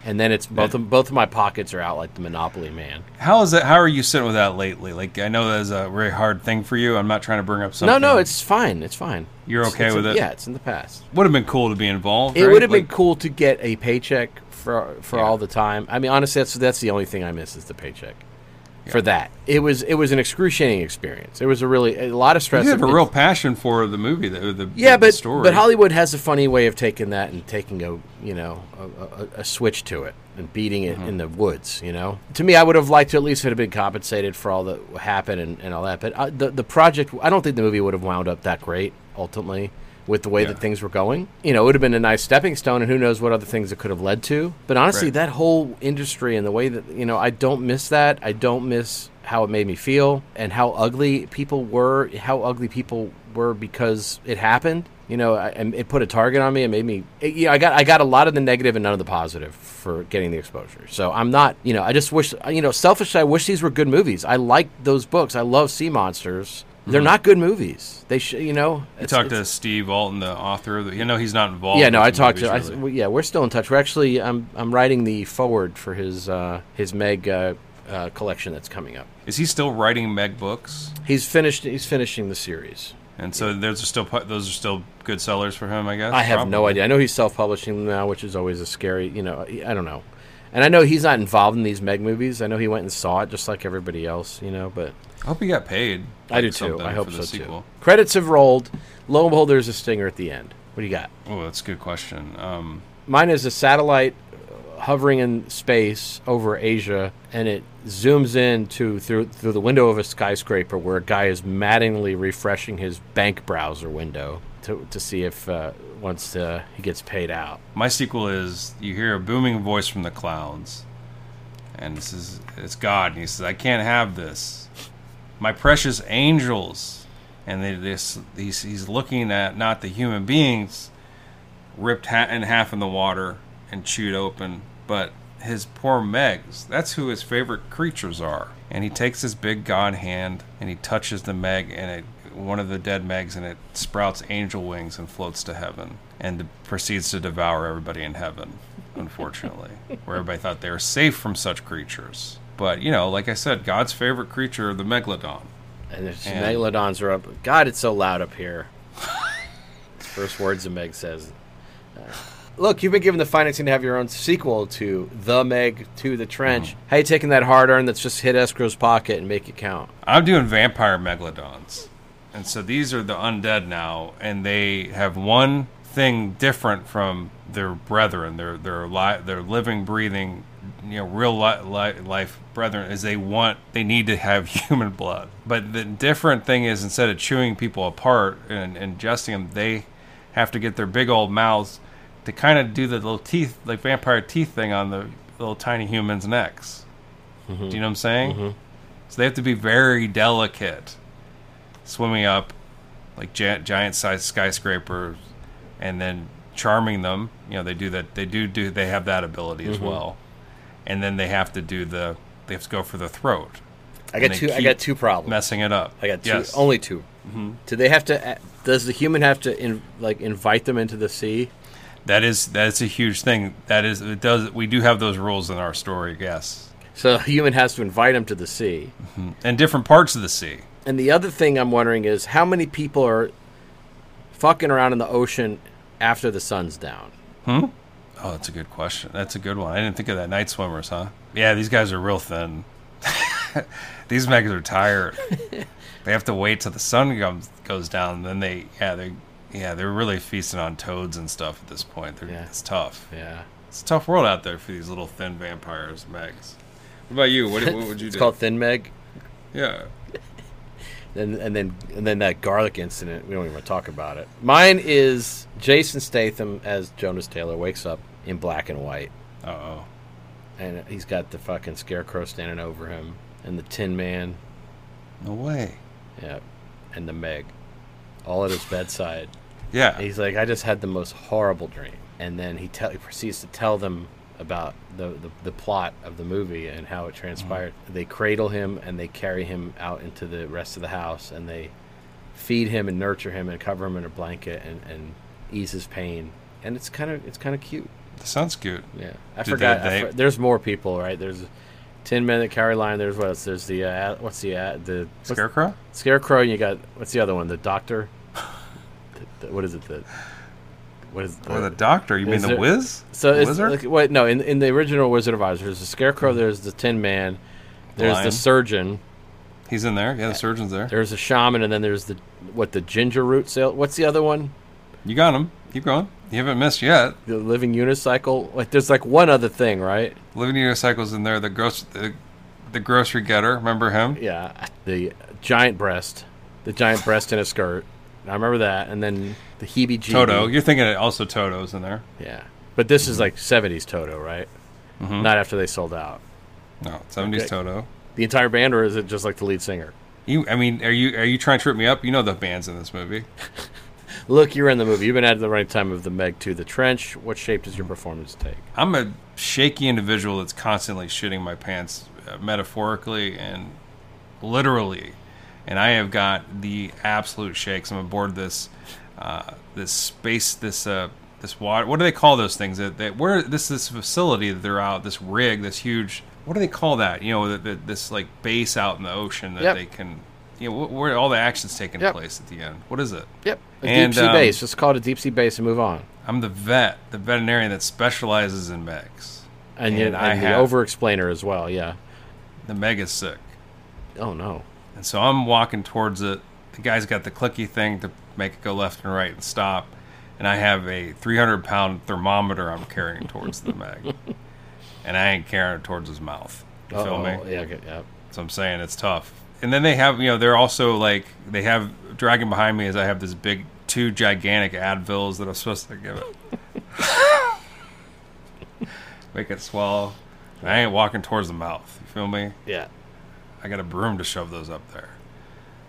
Speaker 3: and then it's both of, both of my pockets are out like the Monopoly man.
Speaker 4: How is that? How are you sitting with that lately? Like, I know that's a very hard thing for you. I'm not trying to bring up something.
Speaker 3: No, no, it's fine. It's fine.
Speaker 4: You're
Speaker 3: It's-
Speaker 4: okay
Speaker 3: it's-
Speaker 4: with it?
Speaker 3: Yeah, it's in the past.
Speaker 4: would have been cool to be involved.
Speaker 3: It
Speaker 4: right?
Speaker 3: would have been
Speaker 4: Like,
Speaker 3: cool to get a paycheck for for
Speaker 4: Yeah.
Speaker 3: all the time. I mean, honestly, that's that's the only thing I miss is the paycheck. For that, it was it was an excruciating experience. It was a really a lot of stress.
Speaker 4: You have a
Speaker 3: It-
Speaker 4: real passion for the movie, the, the
Speaker 3: yeah,
Speaker 4: the
Speaker 3: but
Speaker 4: story.
Speaker 3: but Hollywood has a funny way of taking that and taking a you know a, a, a switch to it and beating it in the woods. You know, to me, I would have liked to at least have been compensated for all that happened and, and all that. But uh the the project, I don't think the movie would have wound up that great ultimately with the way that things were going. You know, it would have been a nice stepping stone, and who knows what other things it could have led to. But honestly,
Speaker 4: Right.
Speaker 3: that whole industry and the way that you know, I don't miss that. I don't miss how it made me feel and how ugly people were, how ugly people were because it happened. You know, I, and it put a target on me. It made me. It, you know, I got I got a lot of the negative and none of the positive for getting the exposure. So I'm not. You know, I just wish. You know, selfishly, I wish these were good movies. I like those books. I love Sea Monsters. They're not good movies. They should. You know,
Speaker 4: I
Speaker 3: it's-
Speaker 4: Mm-hmm. talked
Speaker 3: it's-
Speaker 4: to Steve Alton, the author. Of the, you know, he's not involved.
Speaker 3: yeah, no,
Speaker 4: with
Speaker 3: I
Speaker 4: the
Speaker 3: talked to. I,
Speaker 4: movies, really.
Speaker 3: we- yeah, we're still in touch. We're actually. I'm. I'm writing the forward for his uh, his Meg uh, uh, collection that's coming up.
Speaker 4: Is he still writing Meg books?
Speaker 3: He's finished. He's finishing the series.
Speaker 4: And so those are still pu- those are still good sellers for him, I guess.
Speaker 3: I have no
Speaker 4: probably.
Speaker 3: idea. I know he's self-publishing them now, which is always a scary. You know, I I don't know. And I know he's not involved in these Meg movies. I know he went and saw it just like everybody else. You know, but
Speaker 4: I hope he got paid.
Speaker 3: I do
Speaker 4: like,
Speaker 3: too.
Speaker 4: something
Speaker 3: I hope
Speaker 4: for
Speaker 3: so
Speaker 4: the
Speaker 3: too.
Speaker 4: sequel.
Speaker 3: Credits have rolled. Lo and behold, there's a stinger at the end. What do you got?
Speaker 4: Oh, that's a good question. Um,
Speaker 3: Mine is a satellite uh, hovering in space over Asia, and it zooms in to through through the window of a skyscraper where a guy is maddeningly refreshing his bank browser window to to see if uh, once uh, he gets paid out.
Speaker 4: my sequel is you hear a booming voice from the clouds, and this is it's God, and he says, "I can't have this, my precious angels." And they, this he's, he's looking at not the human beings, ripped ha- in half in the water and chewed open, but his poor Megs. That's who his favorite creatures are. And he takes his big god hand and he touches the Meg and it, one of the dead Megs, and it sprouts angel wings and floats to heaven and proceeds to devour everybody in heaven. Unfortunately, where everybody thought they were safe from such creatures. But you know, like I said, God's favorite creature, the megalodon.
Speaker 3: And there's
Speaker 4: And-
Speaker 3: megalodons are up. God, it's so loud up here. First words that Meg says. Uh, Look, you've been given the financing to have your own sequel to The Meg to the Trench. How you taking that hard earned that's just hit escrow's pocket and make it count?
Speaker 4: I'm doing vampire megalodons. And so these are the undead now, and they have one thing different from their brethren. Their their li- their living, breathing, you know, real li- li- life brethren is they want they need to have human blood. But the different thing is instead of chewing people apart and ingesting them, they have to get their big old mouths to kind of do the little teeth like vampire teeth thing on the little tiny humans' necks. Do you know what I'm saying? So they have to be very delicate, swimming up like gi- giant sized skyscrapers, and then charming them. You know, they do that. They do do. They have that ability
Speaker 3: Mm-hmm.
Speaker 4: as well, and then they have to do the. They have to go for the throat,
Speaker 3: I
Speaker 4: And
Speaker 3: got
Speaker 4: they
Speaker 3: two. I
Speaker 4: keep
Speaker 3: got two problems.
Speaker 4: messing it up.
Speaker 3: I got two.
Speaker 4: Yes.
Speaker 3: Only 2 Do they have to? a- Does the human have to in, like invite them into the sea?
Speaker 4: that is that is a huge thing. That is it does. We do have those rules in our story. Yes,
Speaker 3: So a human has to invite them to the sea.
Speaker 4: and different parts of the sea.
Speaker 3: And the other thing I'm wondering is how many people are fucking around in the ocean after the sun's down.
Speaker 4: Oh, that's a good question. That's a good one. I didn't think of that. Night swimmers, huh? Yeah, these guys are real thin. these megas are tired. they have to wait till the sun comes goes down. Then they, yeah, they, yeah, they're really feasting on toads and stuff at this point. They're,
Speaker 3: Yeah.
Speaker 4: It's tough.
Speaker 3: Yeah.
Speaker 4: It's a tough world out there for these little thin vampires, megs. What about you? What, what would you
Speaker 3: It's
Speaker 4: do?
Speaker 3: called Thin Meg.
Speaker 4: yeah.
Speaker 3: And, and then and then that garlic incident, we don't even want to talk about it. Mine is Jason Statham as Jonas Taylor wakes up in black and white.
Speaker 4: Uh oh.
Speaker 3: And he's got the fucking scarecrow standing over him and the Tin Man.
Speaker 4: No way.
Speaker 3: Yeah. And the Meg. All at his bedside.
Speaker 4: Yeah.
Speaker 3: And He's like, I just had the most horrible dream. And then he, tell he proceeds to tell them about the, the, the plot of the movie and how it transpired.
Speaker 4: Mm-hmm.
Speaker 3: They cradle him and they carry him out into the rest of the house and they feed him and nurture him and cover him in a blanket and, and ease his pain. And it's kind of it's kind of cute.
Speaker 4: That sounds good.
Speaker 3: Yeah, I
Speaker 4: Did
Speaker 3: forgot.
Speaker 4: they-
Speaker 3: I for- there's more people, right? There's Tin Man, the Caroline. There's what else? There's the uh, what's the uh, the what's-
Speaker 4: Scarecrow?
Speaker 3: Scarecrow. And you got what's the other one? The Doctor. the, the- what is it? The what is
Speaker 4: Or the doctor? You mean
Speaker 3: Is
Speaker 4: the
Speaker 3: there-
Speaker 4: whiz?
Speaker 3: so
Speaker 4: the
Speaker 3: it's
Speaker 4: wizard? Mm-hmm.
Speaker 3: like- wait, no, in, in the original Wizard of Oz, there's the Scarecrow, there's the Tin Man, there's
Speaker 4: Lion.
Speaker 3: the Surgeon,
Speaker 4: He's in there. Yeah, the surgeon's there.
Speaker 3: there's the Shaman, and then there's the what the Ginger Root sale. What's the other one?
Speaker 4: You got him. Keep going. You haven't missed yet.
Speaker 3: The Living Unicycle. Like there's like one other thing, right?
Speaker 4: Living unicycles in there. The gross, the, the grocery getter. Remember him?
Speaker 3: Yeah, the giant breast, the giant breast in a skirt. I remember that, and then the heebie-jeebie.
Speaker 4: Toto. Mm-hmm. You're thinking it also Toto's in there.
Speaker 3: Yeah, but this is like '70s Toto, right?
Speaker 4: Mm-hmm.
Speaker 3: Not after they sold out
Speaker 4: No, 70s
Speaker 3: Okay.
Speaker 4: Toto.
Speaker 3: the entire band, or is it just like the lead singer?
Speaker 4: You, I mean, are you are you trying to trip me up? You know the bands in this movie.
Speaker 3: Look, you're in the movie. You've been at the right time of the Meg to the trench. What shape does your performance take?
Speaker 4: I'm a shaky individual that's constantly shitting my pants, uh, metaphorically and literally, and I have got the absolute shakes. I'm aboard this, uh, this space, this uh, this water. What do they call those things? That, that where this this facility that they're out, this rig, this huge. What do they call that? You know, the, the, this like base out in the ocean that
Speaker 3: Yep.
Speaker 4: they can. You know, wh- where all the action's taking
Speaker 3: Yep.
Speaker 4: place at the end. What is it?
Speaker 3: Yep, a
Speaker 4: And,
Speaker 3: deep sea
Speaker 4: um,
Speaker 3: bass. Just call it a deep sea bass and move on.
Speaker 4: I'm the vet, the veterinarian that specializes in mechs.
Speaker 3: And,
Speaker 4: and
Speaker 3: yet,
Speaker 4: I
Speaker 3: and the
Speaker 4: have-
Speaker 3: over-explainer as well. Yeah.
Speaker 4: The meg is sick.
Speaker 3: Oh no.
Speaker 4: And so I'm walking towards it. The guy's got the clicky thing to make it go left and right and stop. And I have a 300 pound thermometer I'm carrying towards the mag. And I ain't carrying it towards his mouth. You feel
Speaker 3: Uh-oh.
Speaker 4: me?
Speaker 3: Yeah. Okay, yeah.
Speaker 4: So I'm saying it's tough. And then they have, you know, they're also like, they have, dragging behind me is I have this big, two gigantic Advils that I'm supposed to give it. Make it swallow. And I ain't walking towards the mouth. You feel me?
Speaker 3: Yeah.
Speaker 4: I got a broom to shove those up there.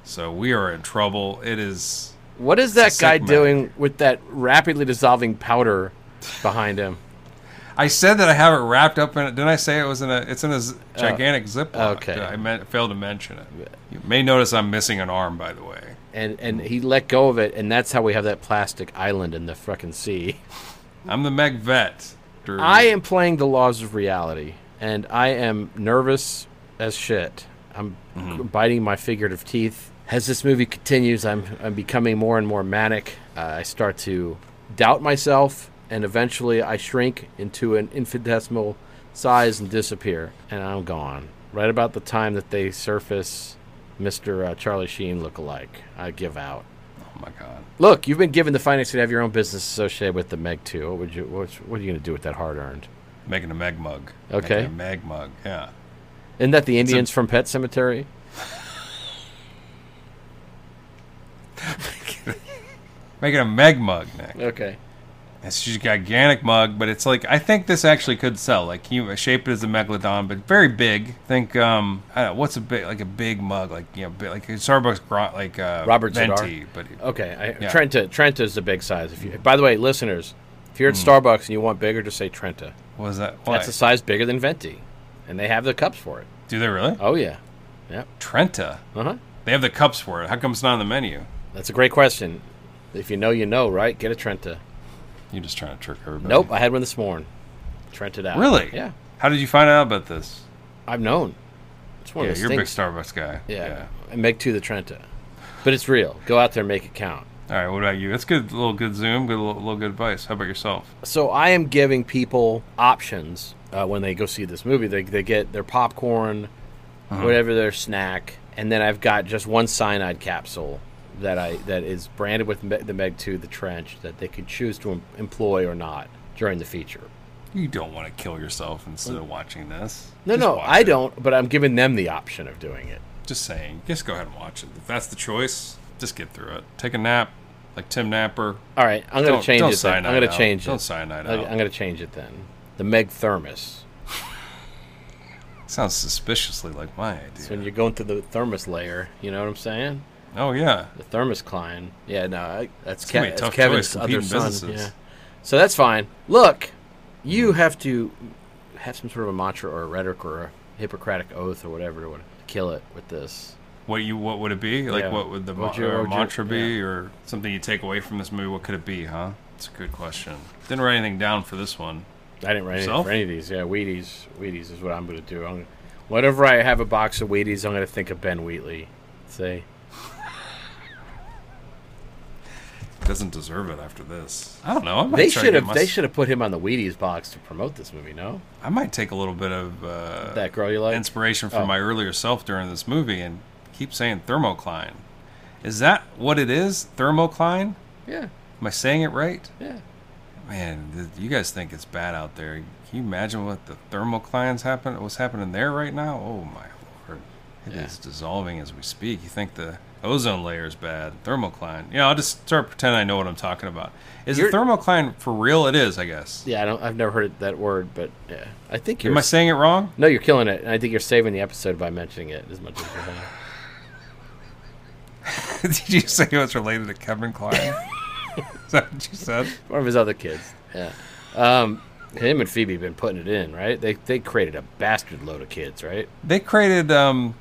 Speaker 4: So we are in trouble. It is.
Speaker 3: What is
Speaker 4: It's
Speaker 3: that guy
Speaker 4: a sick man.
Speaker 3: doing with that rapidly dissolving powder behind him?
Speaker 4: I said that I have it wrapped up in it. Didn't I say it was in a? It's in a z- gigantic ziploc.
Speaker 3: Oh. okay.
Speaker 4: I meant, failed to mention it. You may notice I'm missing an arm, by the way.
Speaker 3: And and he let go of it, and that's how we have that plastic island in the frickin' sea.
Speaker 4: I'm the Meg vet. Drew.
Speaker 3: I am playing the laws of reality, and I am nervous as shit. I'm biting my figurative teeth. As this movie continues, I'm I'm becoming more and more manic. Uh, I start to doubt myself, and eventually I shrink into an infinitesimal size and disappear, and I'm gone. Right about the time that they surface, Mister uh, Charlie Sheen look-alike, I give out.
Speaker 4: Oh my god.
Speaker 3: Look, you've been given the finance to have your own business associated with the Meg too. What would you? What, what are you going to do with that hard-earned?
Speaker 4: Making a Meg mug.
Speaker 3: Okay.
Speaker 4: Making a Meg mug. Yeah.
Speaker 3: Isn't that the Indians from Pet Cemetery?
Speaker 4: Making a Meg mug, Nick.
Speaker 3: Okay.
Speaker 4: It's just a gigantic mug, but it's like I think this actually could sell. Like you shape it as a megalodon, but very big. Think um, I don't know, what's a big like a big mug like you know big, like a Starbucks gro- like uh,
Speaker 3: Robert
Speaker 4: venti, but
Speaker 3: Okay. I,
Speaker 4: Yeah.
Speaker 3: Trenta. Trenta is the big size. If you, by the way, listeners, if you're at
Speaker 4: Hmm.
Speaker 3: Starbucks and you want bigger, just say Trenta.
Speaker 4: what was that? Why?
Speaker 3: That's a size bigger than Venti, and they have the cups for it.
Speaker 4: Do they really?
Speaker 3: Oh yeah.
Speaker 4: Trenta.
Speaker 3: Uh huh.
Speaker 4: They have the cups for it. How come it's not on the menu?
Speaker 3: That's a great question. If you know, you know, right? Get a Trenta.
Speaker 4: You're just trying to trick everybody.
Speaker 3: Nope. I had one this morning. Trenta out.
Speaker 4: Really?
Speaker 3: Yeah.
Speaker 4: How did you find out about this?
Speaker 3: I've known. It's one
Speaker 4: Yeah,
Speaker 3: of those
Speaker 4: you're a
Speaker 3: things.
Speaker 4: big Starbucks guy.
Speaker 3: Yeah. And Make two the Trenta, but it's real. Go out there, and make it count.
Speaker 4: All right. What about you? That's good. little good zoom. Good little, little good advice. How about yourself?
Speaker 3: So I am giving people options uh, when they go see this movie. They, they get their popcorn,
Speaker 4: Uh-huh.
Speaker 3: whatever their snack, and then I've got just one cyanide capsule that I that is branded with Me- the Meg Two, the trench that they could choose to em- employ or not during the feature.
Speaker 4: You don't want to kill yourself instead of watching this.
Speaker 3: No,
Speaker 4: Just
Speaker 3: no,
Speaker 4: watch
Speaker 3: I
Speaker 4: it.
Speaker 3: don't. But I'm giving them the option of doing it.
Speaker 4: Just saying. Just go ahead and watch it. If that's the choice, just get through it. Take a nap, like Tim Napper.
Speaker 3: All right, I'm going
Speaker 4: Don't-
Speaker 3: to change
Speaker 4: don't
Speaker 3: it. Then. I'm
Speaker 4: cyanide
Speaker 3: going to
Speaker 4: out.
Speaker 3: change it.
Speaker 4: Don't cyanide
Speaker 3: I-
Speaker 4: out.
Speaker 3: I'm going to change it then. The Meg Thermos.
Speaker 4: Sounds suspiciously like my idea.
Speaker 3: So when you're going through the thermos layer, you know what I'm saying?
Speaker 4: oh yeah,
Speaker 3: The Thermos Klein. Yeah, no, I- that's,
Speaker 4: gonna
Speaker 3: Ke-
Speaker 4: be a
Speaker 3: that's
Speaker 4: tough
Speaker 3: Kevin's
Speaker 4: choice,
Speaker 3: other
Speaker 4: competing
Speaker 3: son.
Speaker 4: businesses. Hmm.
Speaker 3: Yeah. So that's fine. Look, you have to have some sort of a mantra or a rhetoric or a Hippocratic oath or whatever to, to kill it with this.
Speaker 4: what you what would it be? Like
Speaker 3: Yeah.
Speaker 4: what would the
Speaker 3: What
Speaker 4: mo-
Speaker 3: would you-
Speaker 4: or
Speaker 3: what would you-
Speaker 4: mantra be,
Speaker 3: yeah.
Speaker 4: or something you take away from this movie? What could it be? Huh? It's a good question. Didn't write anything down for this one.
Speaker 3: I didn't write anything
Speaker 4: Self?
Speaker 3: for any of these. Yeah, Wheaties. Wheaties is what I'm going to do. I'm gonna, whenever I have a box of Wheaties, I'm going to think of Ben Wheatley. Say,
Speaker 4: Doesn't deserve it after this. I don't know. I might
Speaker 3: they
Speaker 4: try to
Speaker 3: should
Speaker 4: get
Speaker 3: have
Speaker 4: my-
Speaker 3: they should have put him on the Wheaties box to promote this movie. No,
Speaker 4: I might take a little bit of uh,
Speaker 3: that girl you like.
Speaker 4: inspiration from
Speaker 3: Oh.
Speaker 4: my earlier self during this movie and keep saying thermocline. Is that what it is? Thermocline?
Speaker 3: yeah,
Speaker 4: Am I saying it right?
Speaker 3: yeah.
Speaker 4: Man, th- you guys think it's bad out there. Can you imagine what the thermoclines happen? What's happening there right now? Oh my lord, It is
Speaker 3: Yeah.
Speaker 4: dissolving as we speak. You think the ozone layer is bad? Thermocline. Yeah, I'll just start pretending I know what I'm talking about. Is
Speaker 3: You're-
Speaker 4: the thermocline for real? It is, I guess.
Speaker 3: Yeah, I don't. I've never heard that word, but yeah, I think you're.
Speaker 4: Am I saying it wrong?
Speaker 3: no, you're killing it, and I think you're saving the episode by mentioning it as much as you can.
Speaker 4: Did you say it was related to Kevin Klein? is that what you said?
Speaker 3: One of his other kids. Yeah. Um, him and Phoebe been putting it in, right? They they created a bastard load of kids, right?
Speaker 4: They created um,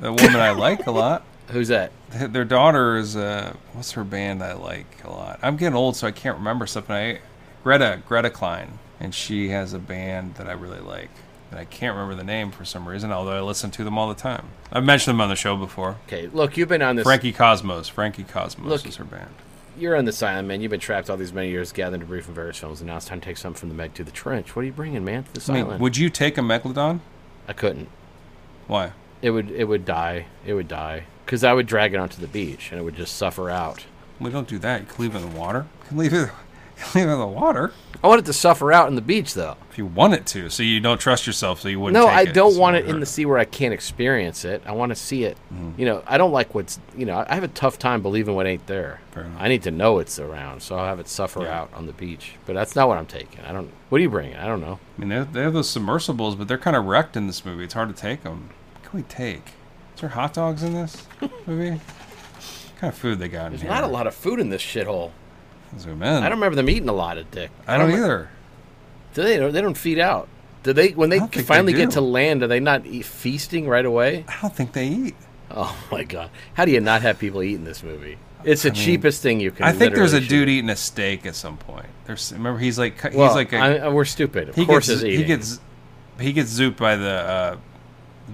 Speaker 4: a woman I like a lot.
Speaker 3: Who's that?
Speaker 4: Th- Their daughter is uh, what's her band I like a lot. I'm getting old, so I can't remember stuff. And I Greta Greta Klein, and she has a band that I really like. And I can't remember the name for some reason, although I listen to them all the time. I've mentioned them on the show before.
Speaker 3: Okay, look, you've been on this.
Speaker 4: Frankie Cosmos. Frankie Cosmos
Speaker 3: Look-
Speaker 4: is her band.
Speaker 3: You're on this island, man. You've been trapped all these many years, gathering debris from various films, and now it's time to take something from the Meg to the trench. What are you bringing, man, to this
Speaker 4: I mean,
Speaker 3: island?
Speaker 4: would you take a megalodon?
Speaker 3: I couldn't.
Speaker 4: Why?
Speaker 3: It would it would die. It would die because I would drag it onto the beach, and it would just suffer out.
Speaker 4: We don't do that. You can leave it in the water. You can leave it. You can leave it in the water
Speaker 3: I want it to suffer out in the beach, though.
Speaker 4: if you want it to. So you don't trust yourself, so you wouldn't.
Speaker 3: No,
Speaker 4: take
Speaker 3: I
Speaker 4: it,
Speaker 3: don't
Speaker 4: so
Speaker 3: want
Speaker 4: would
Speaker 3: it in
Speaker 4: hurt. Mm-hmm.
Speaker 3: the sea where I can't experience it. I want to see it. You know, I don't like what's. You know, I have a tough time believing what ain't there.
Speaker 4: Fair enough.
Speaker 3: I need to know it's around, so I'll have it suffer
Speaker 4: Yeah.
Speaker 3: out on the beach. But that's not what I'm taking. I don't. What are you bringing? I don't know.
Speaker 4: I mean, they're, they're those submersibles, but they're kind of wrecked in this movie. It's hard to take them. What can we take? Is there hot dogs in this movie? what kind of food they got in
Speaker 3: There's
Speaker 4: here?
Speaker 3: not a lot of food in this shithole.
Speaker 4: Zoom in.
Speaker 3: I don't remember them eating a lot of dick.
Speaker 4: Mm. I don't
Speaker 3: re-
Speaker 4: either.
Speaker 3: Do they? They don't feed out. Do they? When they
Speaker 4: I don't think
Speaker 3: finally
Speaker 4: they
Speaker 3: get
Speaker 4: do.
Speaker 3: to land, are they not eat, feasting right away?
Speaker 4: I don't think they eat.
Speaker 3: Oh my god! How do you not have people eating this movie? It's the
Speaker 4: mean,
Speaker 3: cheapest thing you can.
Speaker 4: I think there's a
Speaker 3: literally
Speaker 4: dude
Speaker 3: shoot.
Speaker 4: eating a steak at some point. There's remember he's like cu-
Speaker 3: Well,
Speaker 4: he's like a,
Speaker 3: I- I- we're stupid. Of
Speaker 4: he
Speaker 3: course,
Speaker 4: gets
Speaker 3: is eating.
Speaker 4: he gets he gets zooped by the uh,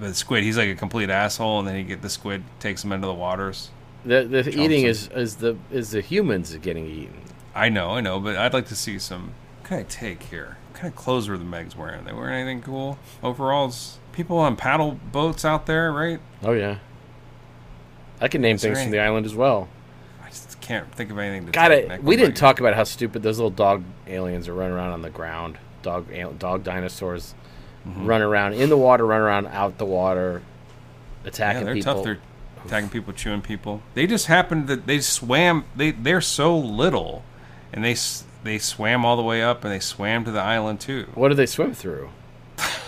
Speaker 4: the squid. He's like a complete asshole, and then he get the squid takes him into the waters.
Speaker 3: The, the eating is, is the is the humans getting eaten.
Speaker 4: I know, I know, but I'd like to see some. What can I take here? What kind of clothes were the Megs wearing? They wearing anything cool? Overalls? People on paddle boats out there, right?
Speaker 3: Oh yeah. I can name
Speaker 4: there
Speaker 3: things from
Speaker 4: any-
Speaker 3: the island as well.
Speaker 4: I just can't think of anything to.
Speaker 3: Got
Speaker 4: take,
Speaker 3: it.
Speaker 4: Nick.
Speaker 3: We
Speaker 4: What about
Speaker 3: didn't
Speaker 4: you?
Speaker 3: talk about how stupid those little dog aliens are running around on the ground. Dog al- dog dinosaurs
Speaker 4: Mm-hmm.
Speaker 3: run around in the water, run around out the water,
Speaker 4: Yeah,
Speaker 3: attacking
Speaker 4: they're
Speaker 3: people.
Speaker 4: tough. They're attacking people, chewing people. They just happened that they swam. They they're so little, and they s- they swam all the way up, and they swam to the island too.
Speaker 3: What do they swim through?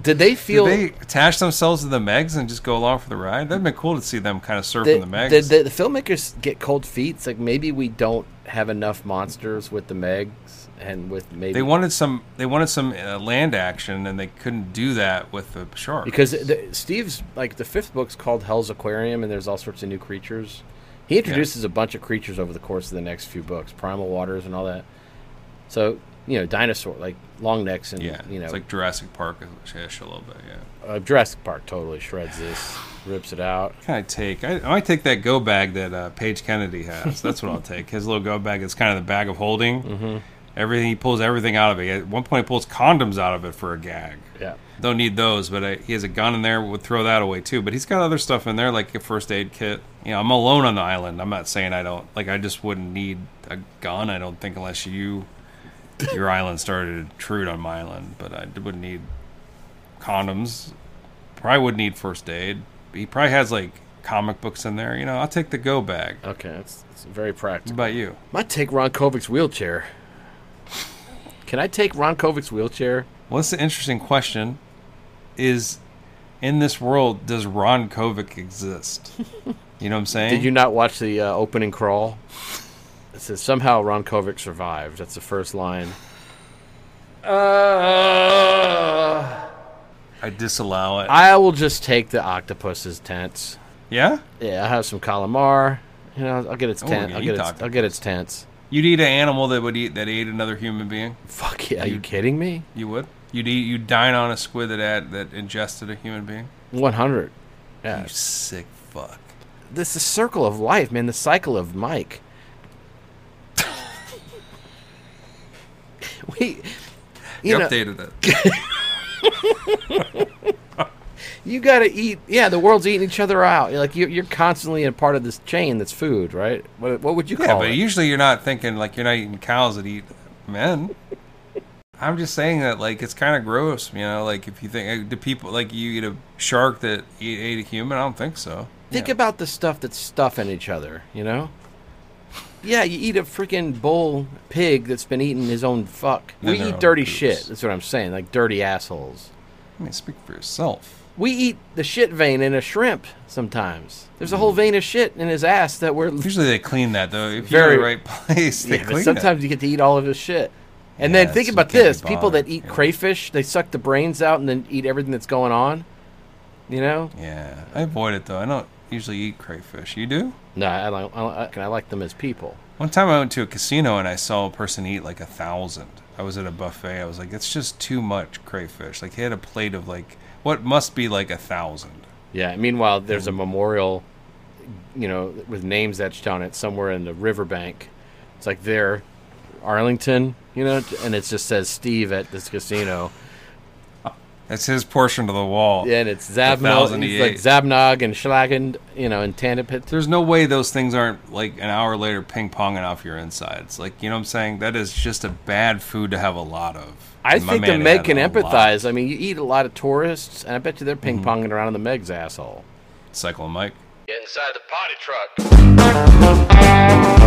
Speaker 3: Did they
Speaker 4: Did
Speaker 3: feel?
Speaker 4: they attach themselves to the Megs and just go along for the ride? That'd been cool to see them kind of surfing
Speaker 3: did,
Speaker 4: the Megs.
Speaker 3: did the, the filmmakers get cold feet? It's like maybe we don't have enough monsters with the Megs and with maybe
Speaker 4: They wanted some. They wanted some uh, land action, and they couldn't do that with the shark.
Speaker 3: because the, Steve's like the fifth book's called Hell's Aquarium, and there's all sorts of new creatures. He introduces a bunch of creatures over the course of the next few books, primal waters and all that. So you know, dinosaur like long necks and
Speaker 4: yeah,
Speaker 3: you know,
Speaker 4: it's like Jurassic Park ish a little bit. Yeah.
Speaker 3: uh, Jurassic Park totally shreds this, rips it out.
Speaker 4: What Can I take? I, I might take that go bag that uh, Paige Kennedy has. That's what I'll take. His little go bag is kind of the bag of holding. Mm-hmm. Everything he pulls everything out of it. At one point, he pulls condoms out of it for a gag.
Speaker 3: Yeah,
Speaker 4: Don't need those, but I, he has a gun in there. Would throw that away too. But he's got other stuff in there, like a first aid kit. You know, I'm alone on the island. I'm not saying I don't like. I just wouldn't need a gun. I don't think unless you, your island started to intrude on my island. But I would not need condoms. Probably would need first aid. He probably has like comic books in there. You know, I'll take the go bag. What
Speaker 3: okay, that's, that's very practical.
Speaker 4: about you?
Speaker 3: Might take Ron Kovic's wheelchair. Can I take Ron Kovic's wheelchair?
Speaker 4: Well, that's an interesting question. Is in this world does Ron Kovic exist? You know what I'm saying?
Speaker 3: Did you not watch the uh, opening crawl? It says somehow Ron Kovic survived. That's the first line. Uh,
Speaker 4: I disallow it.
Speaker 3: I will just take the octopus's tents.
Speaker 4: yeah?
Speaker 3: Yeah, I'll have some calamari. You know, I'll get its
Speaker 4: Oh,
Speaker 3: tent.
Speaker 4: you
Speaker 3: I'll get
Speaker 4: eat
Speaker 3: its. I'll get its tents.
Speaker 4: You'd eat an animal that would eat that ate another human being.
Speaker 3: Fuck yeah! Are you kidding me?
Speaker 4: You would. You'd eat. You'd dine on a squid that had, that ingested a human being.
Speaker 3: One hundred. Yeah.
Speaker 4: You sick fuck.
Speaker 3: This is the circle of life, man. The cycle of Mike. we,
Speaker 4: You,
Speaker 3: you know,
Speaker 4: updated it.
Speaker 3: you gotta eat. Yeah, the world's eating each other out. You're Like you're, you're constantly a part of this chain that's food, right? What, what would you
Speaker 4: yeah,
Speaker 3: call
Speaker 4: but
Speaker 3: it?
Speaker 4: usually you're not thinking like you're not eating cows that eat men. I'm just saying that like it's kind of gross, you know. Like if you think uh, do people like you eat a shark that eat, ate a human? I don't think so.
Speaker 3: Think
Speaker 4: yeah.
Speaker 3: about the stuff that's stuffing each other, you know? Yeah, you eat a freaking bull pig that's been eating his own fuck.
Speaker 4: And
Speaker 3: we
Speaker 4: their
Speaker 3: eat
Speaker 4: own
Speaker 3: dirty
Speaker 4: poops.
Speaker 3: shit. That's what I'm saying, like dirty assholes.
Speaker 4: I mean, speak for yourself.
Speaker 3: We eat the shit vein in a shrimp sometimes. There's a
Speaker 4: Mm.
Speaker 3: whole vein of shit in his ass that we're.
Speaker 4: Usually they clean that though. If
Speaker 3: Very-
Speaker 4: you're in the right place, they
Speaker 3: Yeah, but
Speaker 4: clean
Speaker 3: sometimes you get to eat all of his shit. And
Speaker 4: Yeah,
Speaker 3: then think
Speaker 4: so you
Speaker 3: about
Speaker 4: can't be
Speaker 3: this people that
Speaker 4: bothered,
Speaker 3: eat
Speaker 4: yeah.
Speaker 3: crayfish, they suck the brains out and then eat everything that's going on. You know?
Speaker 4: it. Yeah, I avoid it though. I don't usually eat crayfish. You do?
Speaker 3: No, I, I, don't- I, don't- I like them as people.
Speaker 4: One time I went to a casino and I saw a person eat like a thousand. I was at a buffet. I was like, it's just too much crayfish. Like, he had a plate of like what must be like a thousand.
Speaker 3: Yeah. Meanwhile, there's
Speaker 4: Mm.
Speaker 3: a memorial, you know, with names etched on it somewhere in the riverbank. It's like there, Arlington, you know, and it just says Steve at this casino.
Speaker 4: That's his portion to the wall.
Speaker 3: Yeah, and it's Zabnog,
Speaker 4: thousand he
Speaker 3: it's like
Speaker 4: ate.
Speaker 3: Zabnog and Schlagend, you know, and Tandapit.
Speaker 4: There's no way those things aren't like an hour later ping ponging off your insides. Like, you know what I'm saying? That is just a bad food to have a lot of.
Speaker 3: I
Speaker 4: And my
Speaker 3: think the
Speaker 4: man
Speaker 3: Meg
Speaker 4: had
Speaker 3: can
Speaker 4: a lot. Mm-hmm.
Speaker 3: empathize. I mean, you eat a lot of tourists, and I bet you they're ping ponging around in the Meg's asshole.
Speaker 4: Cyclone Mike.
Speaker 6: Get inside the potty truck.